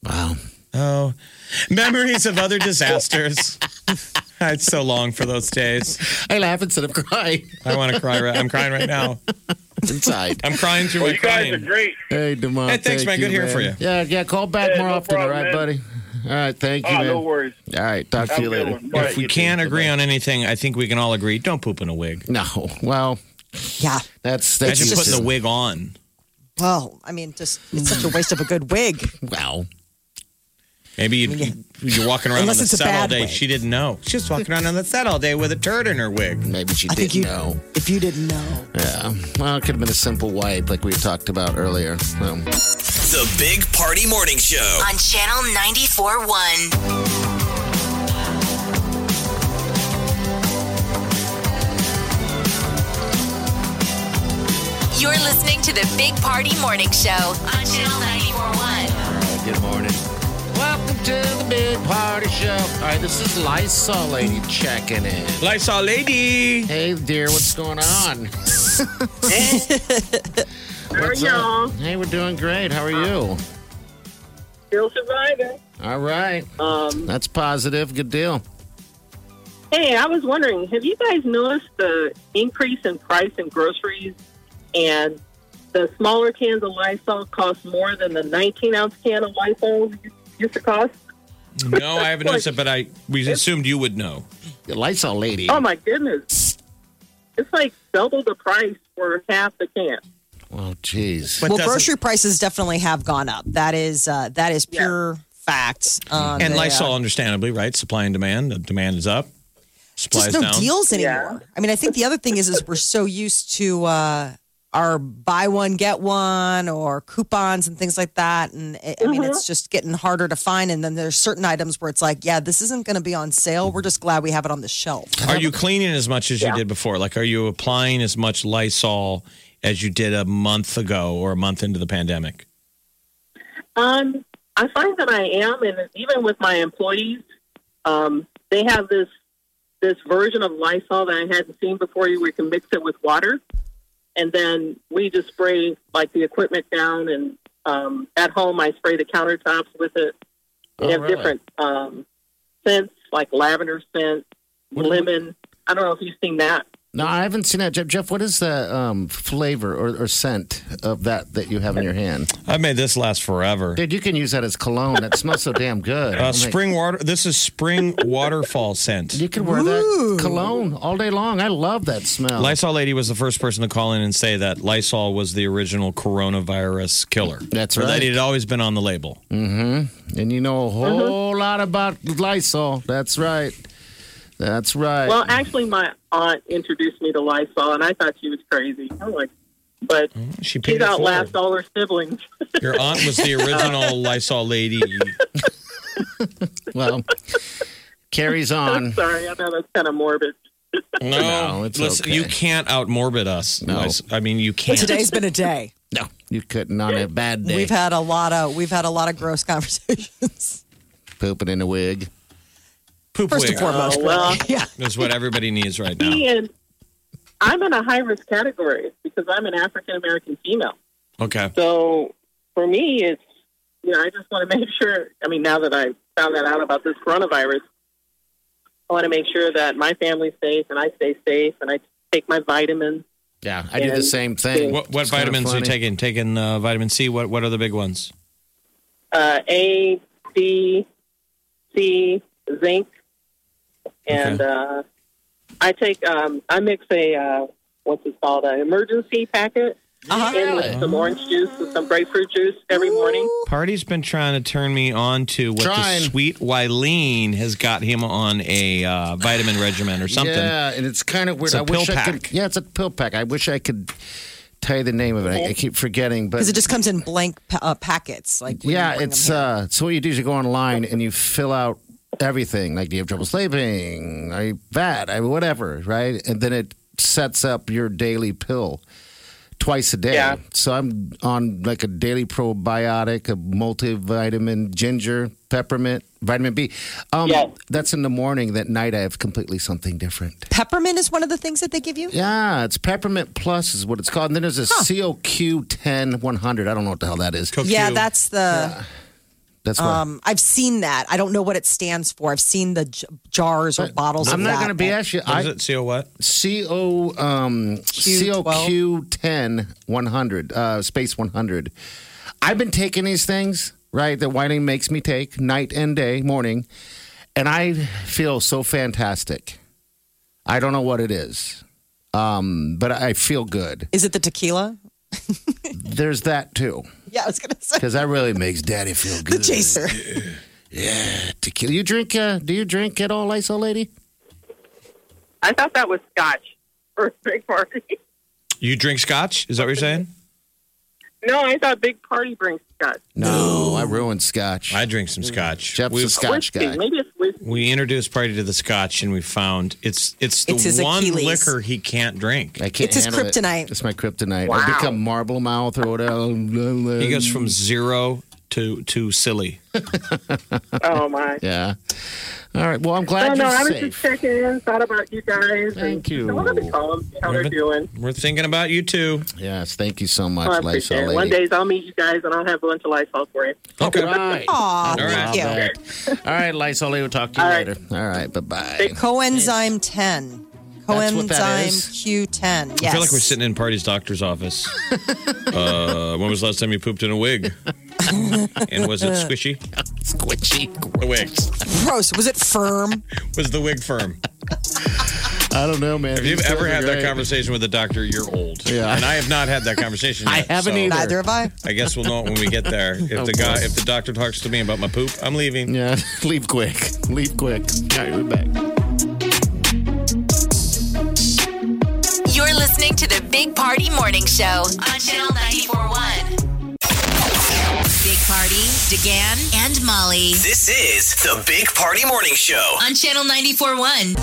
F: Wow.
E: Oh, memories of other disasters. it's so long for those days.
F: I laugh instead of cry.
E: I want to cry. Right, I'm crying right now.
F: Inside.
E: I'm crying through
F: Well,
E: my
F: you guys
E: crying.
F: are
K: great.
F: Hey, Demont.
E: Hey, thanks, man.
F: thank
E: Good
F: you,
E: hearing
F: man.
E: for you.
F: Yeah, yeah. Call back more often,
E: problem,
F: all right,
E: man.
F: buddy? All right, thank you,
E: Ah,
F: man.
E: no
K: worries.
F: All right, talk
E: Have
F: to you
E: a good
F: later.
E: one. Bye. If we can't agree on anything, I think we can all agree: don't poop in a wig.
F: No. Well,
D: yeah.
F: That's that's
E: Imagine
F: just-
E: putting the wig on.
D: Well, I mean, just it's such a waste of a good wig.
F: Wow.
E: Maybe you, you're walking around on the
D: Unless it's a
E: set all
D: bad
E: day.
D: wig.
E: She didn't know. She was walking around on the set all day with a turd in her wig.
F: Maybe she
D: I think you
F: didn't know.
D: If you didn't know,
F: Yeah. Well, it could have been a simple wipe like we talked about earlier. Um, So.
B: The Big Party Morning Show.
C: On Channel 94.1. You're listening to the Big Party Morning Show on Channel 94.1.
F: Good morning. Welcome to the Big Party Show. All right, this is Lysol Lady checking in.
E: Lysol Lady.
F: Hey, dear, what's going on? what's
L: y'all?
F: up? Hey, we're doing great. How are you?
L: Still surviving.
F: All right.
L: Um,
F: That's positive. Good deal.
L: Hey, I was wondering, have you guys noticed the increase in price in groceries and the smaller cans of Lysol cost more than the 19 ounce can of Lysol used to cost?
E: No, I haven't noticed it, but I we assumed you would know.
F: Lysol Lady.
L: Oh my goodness. It's like double the price for half the can.
F: Oh, jeez.
D: well, grocery prices definitely have gone up. That is uh, that is pure fact. Uh,
E: and
D: they, uh,
E: Lysol, understandably, right? Supply and demand. The demand is up. Supply
D: just
E: is
D: no
E: down.
D: deals anymore. I mean, I think the other thing is, is we're so used to uh, our buy one get one or coupons and things like that, and I I mean, it's just getting harder to find. And then there's certain items where it's like, yeah, this isn't going to be on sale. We're just glad we have it on the shelf.
E: Are you cleaning as much as you did before? Like, are you applying as much Lysol as you did a month ago or a month into the pandemic?
L: Um, I find that I am, and even with my employees, um, they have this this version of Lysol that I hadn't seen before. where You can mix it with water, and then we just spray like the equipment down. And um, at home, I spray the countertops with it. They
M: Oh,
L: have
M: really?
L: different um, scents, like lavender scent, lemon. I don't know if you've seen that.
F: No, I haven't seen that. Jeff, Jeff what is the um, flavor or, or scent of that that you have in your hand?
E: I made this last forever.
F: Dude, you can use that as cologne. That smells so damn good.
E: Uh, spring water. This is spring waterfall scent.
F: You can wear that cologne all day long. I love that smell.
E: Lysol lady was the first person to call in and say that Lysol was the original coronavirus killer. That's Mm.
F: right.
E: That it had always been on the label.
F: Mm-hmm. And you know a whole
L: Mm-hmm.
F: lot about Lysol. That's right. That's right.
L: Well, actually, my aunt introduced me to Lysol, and I thought she was crazy. I'm like, but
E: she
L: she's
E: paid it
L: outlasted all her siblings.
E: Your aunt was the original Lysol lady.
F: well, carries
L: I'm sorry, I know that's kind of morbid.
E: No,
F: it's
E: listen,
F: okay.
E: you can't out morbid us. No. I mean, you
D: But
E: can't.
D: today's been a day.
F: No, you couldn't on a bad day.
D: We've had a lot of we've had a lot of gross conversations.
F: pooping in a wig.
E: Poop
D: First and
E: wig.
D: foremost,
L: Oh, well.
D: yeah.
E: That's what everybody needs right now.
L: Me and I'm in a high risk category because I'm an African American female.
E: Okay.
L: So for me, it's you know I just want to make sure. I mean, now that I found that out about this coronavirus, I want to make sure that my family's safe and I stay safe and I take my vitamins.
F: Yeah,
L: I do the And- same thing.
E: What, what
L: It's kinda
E: vitamins are you
L: funny.
E: taking? Taking uh, vitamin C. What What are the big ones?
L: uh, A, B, C, zinc, and uh, I take um, I mix a uh, what's it called an emergency packet
F: Uh-huh.
L: in with
F: Oh.
L: some orange juice and some grapefruit juice every morning.
E: Party's been trying to turn me on to what
L: Trying.
E: the sweet Wileen has got him on a uh, vitamin regimen or something.
F: Yeah, and it's kind of weird.
E: It's a
F: I wish
E: pill
F: I could. Yeah, it's a pill pack. I wish I could tell you the name of it. I, I keep forgetting, but
D: Because it just comes in blank pa- uh, packets. Like when you
F: yeah,
D: bring them
F: it's
D: here.
F: uh. So what you do is you go online and you fill out everything. Like, do you have trouble sleeping? Are you fat? I whatever, right? And then it sets up your daily pill twice a day.
L: Yeah.
F: So I'm on like a daily probiotic, a multivitamin, ginger, peppermint, vitamin B. Um, That's in the morning. That night I have completely something different.
D: peppermint is one of the things that they give you.
F: Yeah, it's Peppermint Plus is what it's called. And then there's a COQ 10 100. I don't know what the hell that is.
D: Yeah, that's the.
F: That's what.
D: Um, I've seen that. I don't know what it stands for. I've seen the j- jars or bottles. of
F: I'm not
D: that,
F: going to be
D: but-
F: asking.
E: What is it? CO what?
F: CO, um,
D: Q12?
F: COQ 10 100, uh, space 100. I've been taking these things, right, that whining makes me take night and day, morning, and I feel so fantastic. I don't know what it is, um, but I feel good.
D: Is it the tequila?
F: There's that too.
D: Yeah, I was going to say
F: Because that really makes daddy feel
D: the
F: good.
D: chaser.
F: Yeah, tequila. You drink? Uh, do you drink at all, Lysol lady?
L: I thought that was scotch for a big party.
E: You drink scotch? Is that what you're saying?
L: No, I thought big party brings scotch.
F: No, I ruined scotch.
E: I drink some scotch.
F: Jeff's
E: We've-
F: a scotch
L: Whiskey.
F: guy.
L: Maybe it's whiskey.
E: We introduced Party to the scotch, and we found it's it's the
D: It's his
E: one
D: Achilles.
E: liquor he can't drink.
F: I can't.
D: It's his
F: handle it.
D: kryptonite.
F: It's my kryptonite.
D: Wow.
F: I become marble mouth or whatever.
E: He
F: uh,
E: goes from zero to to silly.
L: Oh my.
F: Yeah. All right. Well, I'm glad
L: Oh, no,
F: you're
L: no, I was
F: safe.
L: just checking in, thought about you guys. Thank and
F: you.
L: I wanted to call them, see how they're doing.
E: We're thinking about you too.
F: Yes. Thank you so much,
L: Oh, I
F: Lysol
L: appreciate it.
F: lady.
L: One day I'll meet you guys and I'll have a bunch of Lysol for you.
F: Okay. Right.
D: Aw,
F: All
D: thank you.
F: right. All right, Lysol lady. We'll talk to you later. All right. Bye bye.
D: Coenzyme 10.
F: That's what that
D: Coenzyme
F: is.
D: Q10. Yes.
E: I feel like we're sitting in Party's doctor's office. uh, when was the last time you pooped in a wig? and was it squishy?
F: squishy.
E: The wig.
D: Gross. Was it firm?
E: Was the wig firm?
F: I don't know, man.
E: If you've
F: These
E: ever
F: guys
E: had
F: are
E: that
F: great.
E: conversation with a doctor, you're old.
F: Yeah.
E: And I have not had that conversation.
F: I
E: yet,
F: haven't
E: so-
F: either.
D: Neither have I.
E: I guess we'll know it when we get there. If
F: Oh,
E: the guy,
F: boy.
E: if the doctor talks to me about my poop, I'm leaving.
F: Yeah. Leave quick. Leave quick. All right. We're back.
C: You're listening to the Big Party Morning Show on Channel 941. Big Party, DeGan, and Molly
B: This is the Big Party Morning Show.
C: on Channel 941.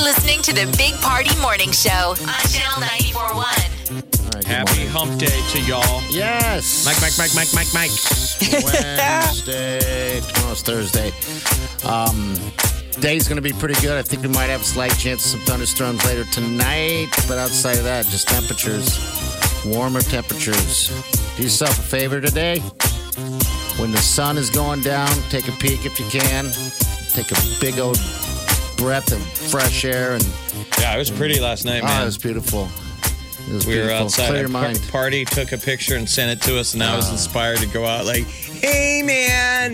C: listening to the Big Party Morning Show on Channel 941.
E: Happy hump day to y'all.
F: Yes.
E: Mike, Mike, Mike, Mike, Mike, Mike.
F: Wednesday. Tomorrow's Thursday. Um, day's going to be pretty good. I think we might have a slight chance of some thunderstorms later tonight. But outside of that, just temperatures, warmer temperatures. Do yourself a favor today. When the sun is going down, take a peek if you can. Take a big old breath of fresh air and
E: Yeah, it was pretty last night,
F: Ah,
E: man.
F: it was beautiful. It was
E: we were
F: beautiful.
E: outside
F: Clear
E: a
F: your
E: par-
F: mind. Oh.
E: party, took a picture, and sent it to us, and I was inspired to go out like, Hey, man.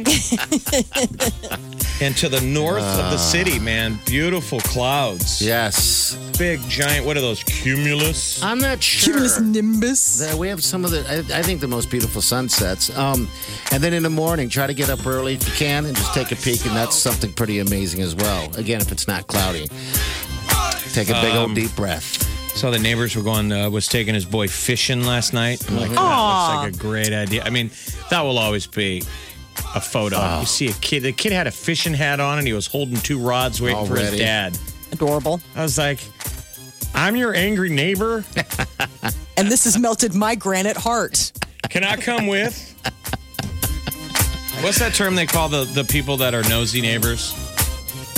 E: and to the north of the
F: Ah.
E: city, man. Beautiful clouds.
F: Yes.
E: Big giant. What are those? Cumulus.
F: I'm not sure. Cumulus
D: nimbus.
F: we have some of the, I, I think, the most beautiful sunsets. Um, and then in the morning, try to get up early if you can and just take a peek, and that's something pretty amazing as well. Again, if it's not cloudy, take a big
E: Um,
F: old deep breath.
E: Saw the neighbors were going. Uh, was taking his boy fishing last night. I'm like, that
F: Aw.
E: looks like a great idea. I mean, that will always be a photo. You see a kid. The kid had a fishing hat on, and he was holding two rods waiting for his
F: Already.
E: dad.
D: Adorable.
E: I was like, I'm your angry neighbor.
D: And this has melted my granite heart.
E: Can I come with? What's that term they call the the people that are nosy neighbors?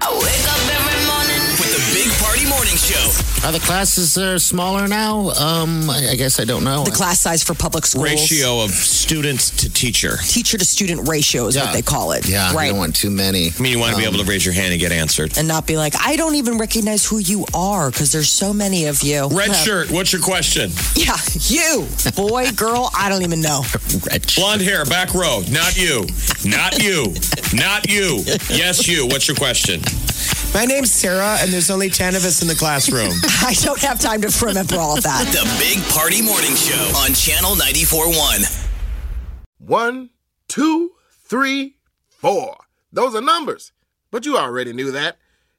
C: I wake up every morning.
B: With the Big Party Morning Show.
F: Are the classes are smaller now? Um, I I guess I don't know. The
D: class size for public schools.
E: ratio of students to teacher
D: Teacher to student ratio is what they call it.
F: Yeah, you
D: Right.
F: don't want too many.
E: i mean you want to be
D: Um.
E: able to raise your hand and get answered
D: And not be like, I don't even recognize who you are because there's so many of you.
E: red
D: Yeah.
E: shirt what's your question
D: Yeah, you. Boy, girl, I don't even know.
E: Blonde hair, back row. Not you. Not you. Not you. Yes, you. What's your question?
M: My name's Sarah, and there's only 10 of us in the classroom.
D: I don't have time to remember all of that.
B: The Big Party Morning Show on Channel 94.1.
N: One, two, three, four. Those are numbers. But you already knew that.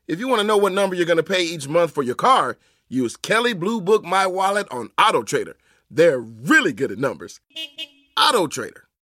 N: If you want to know what number you're going to pay each month for your car, use Kelly Blue Book My Wallet on Auto Trader. They're really good at numbers. Auto Trader.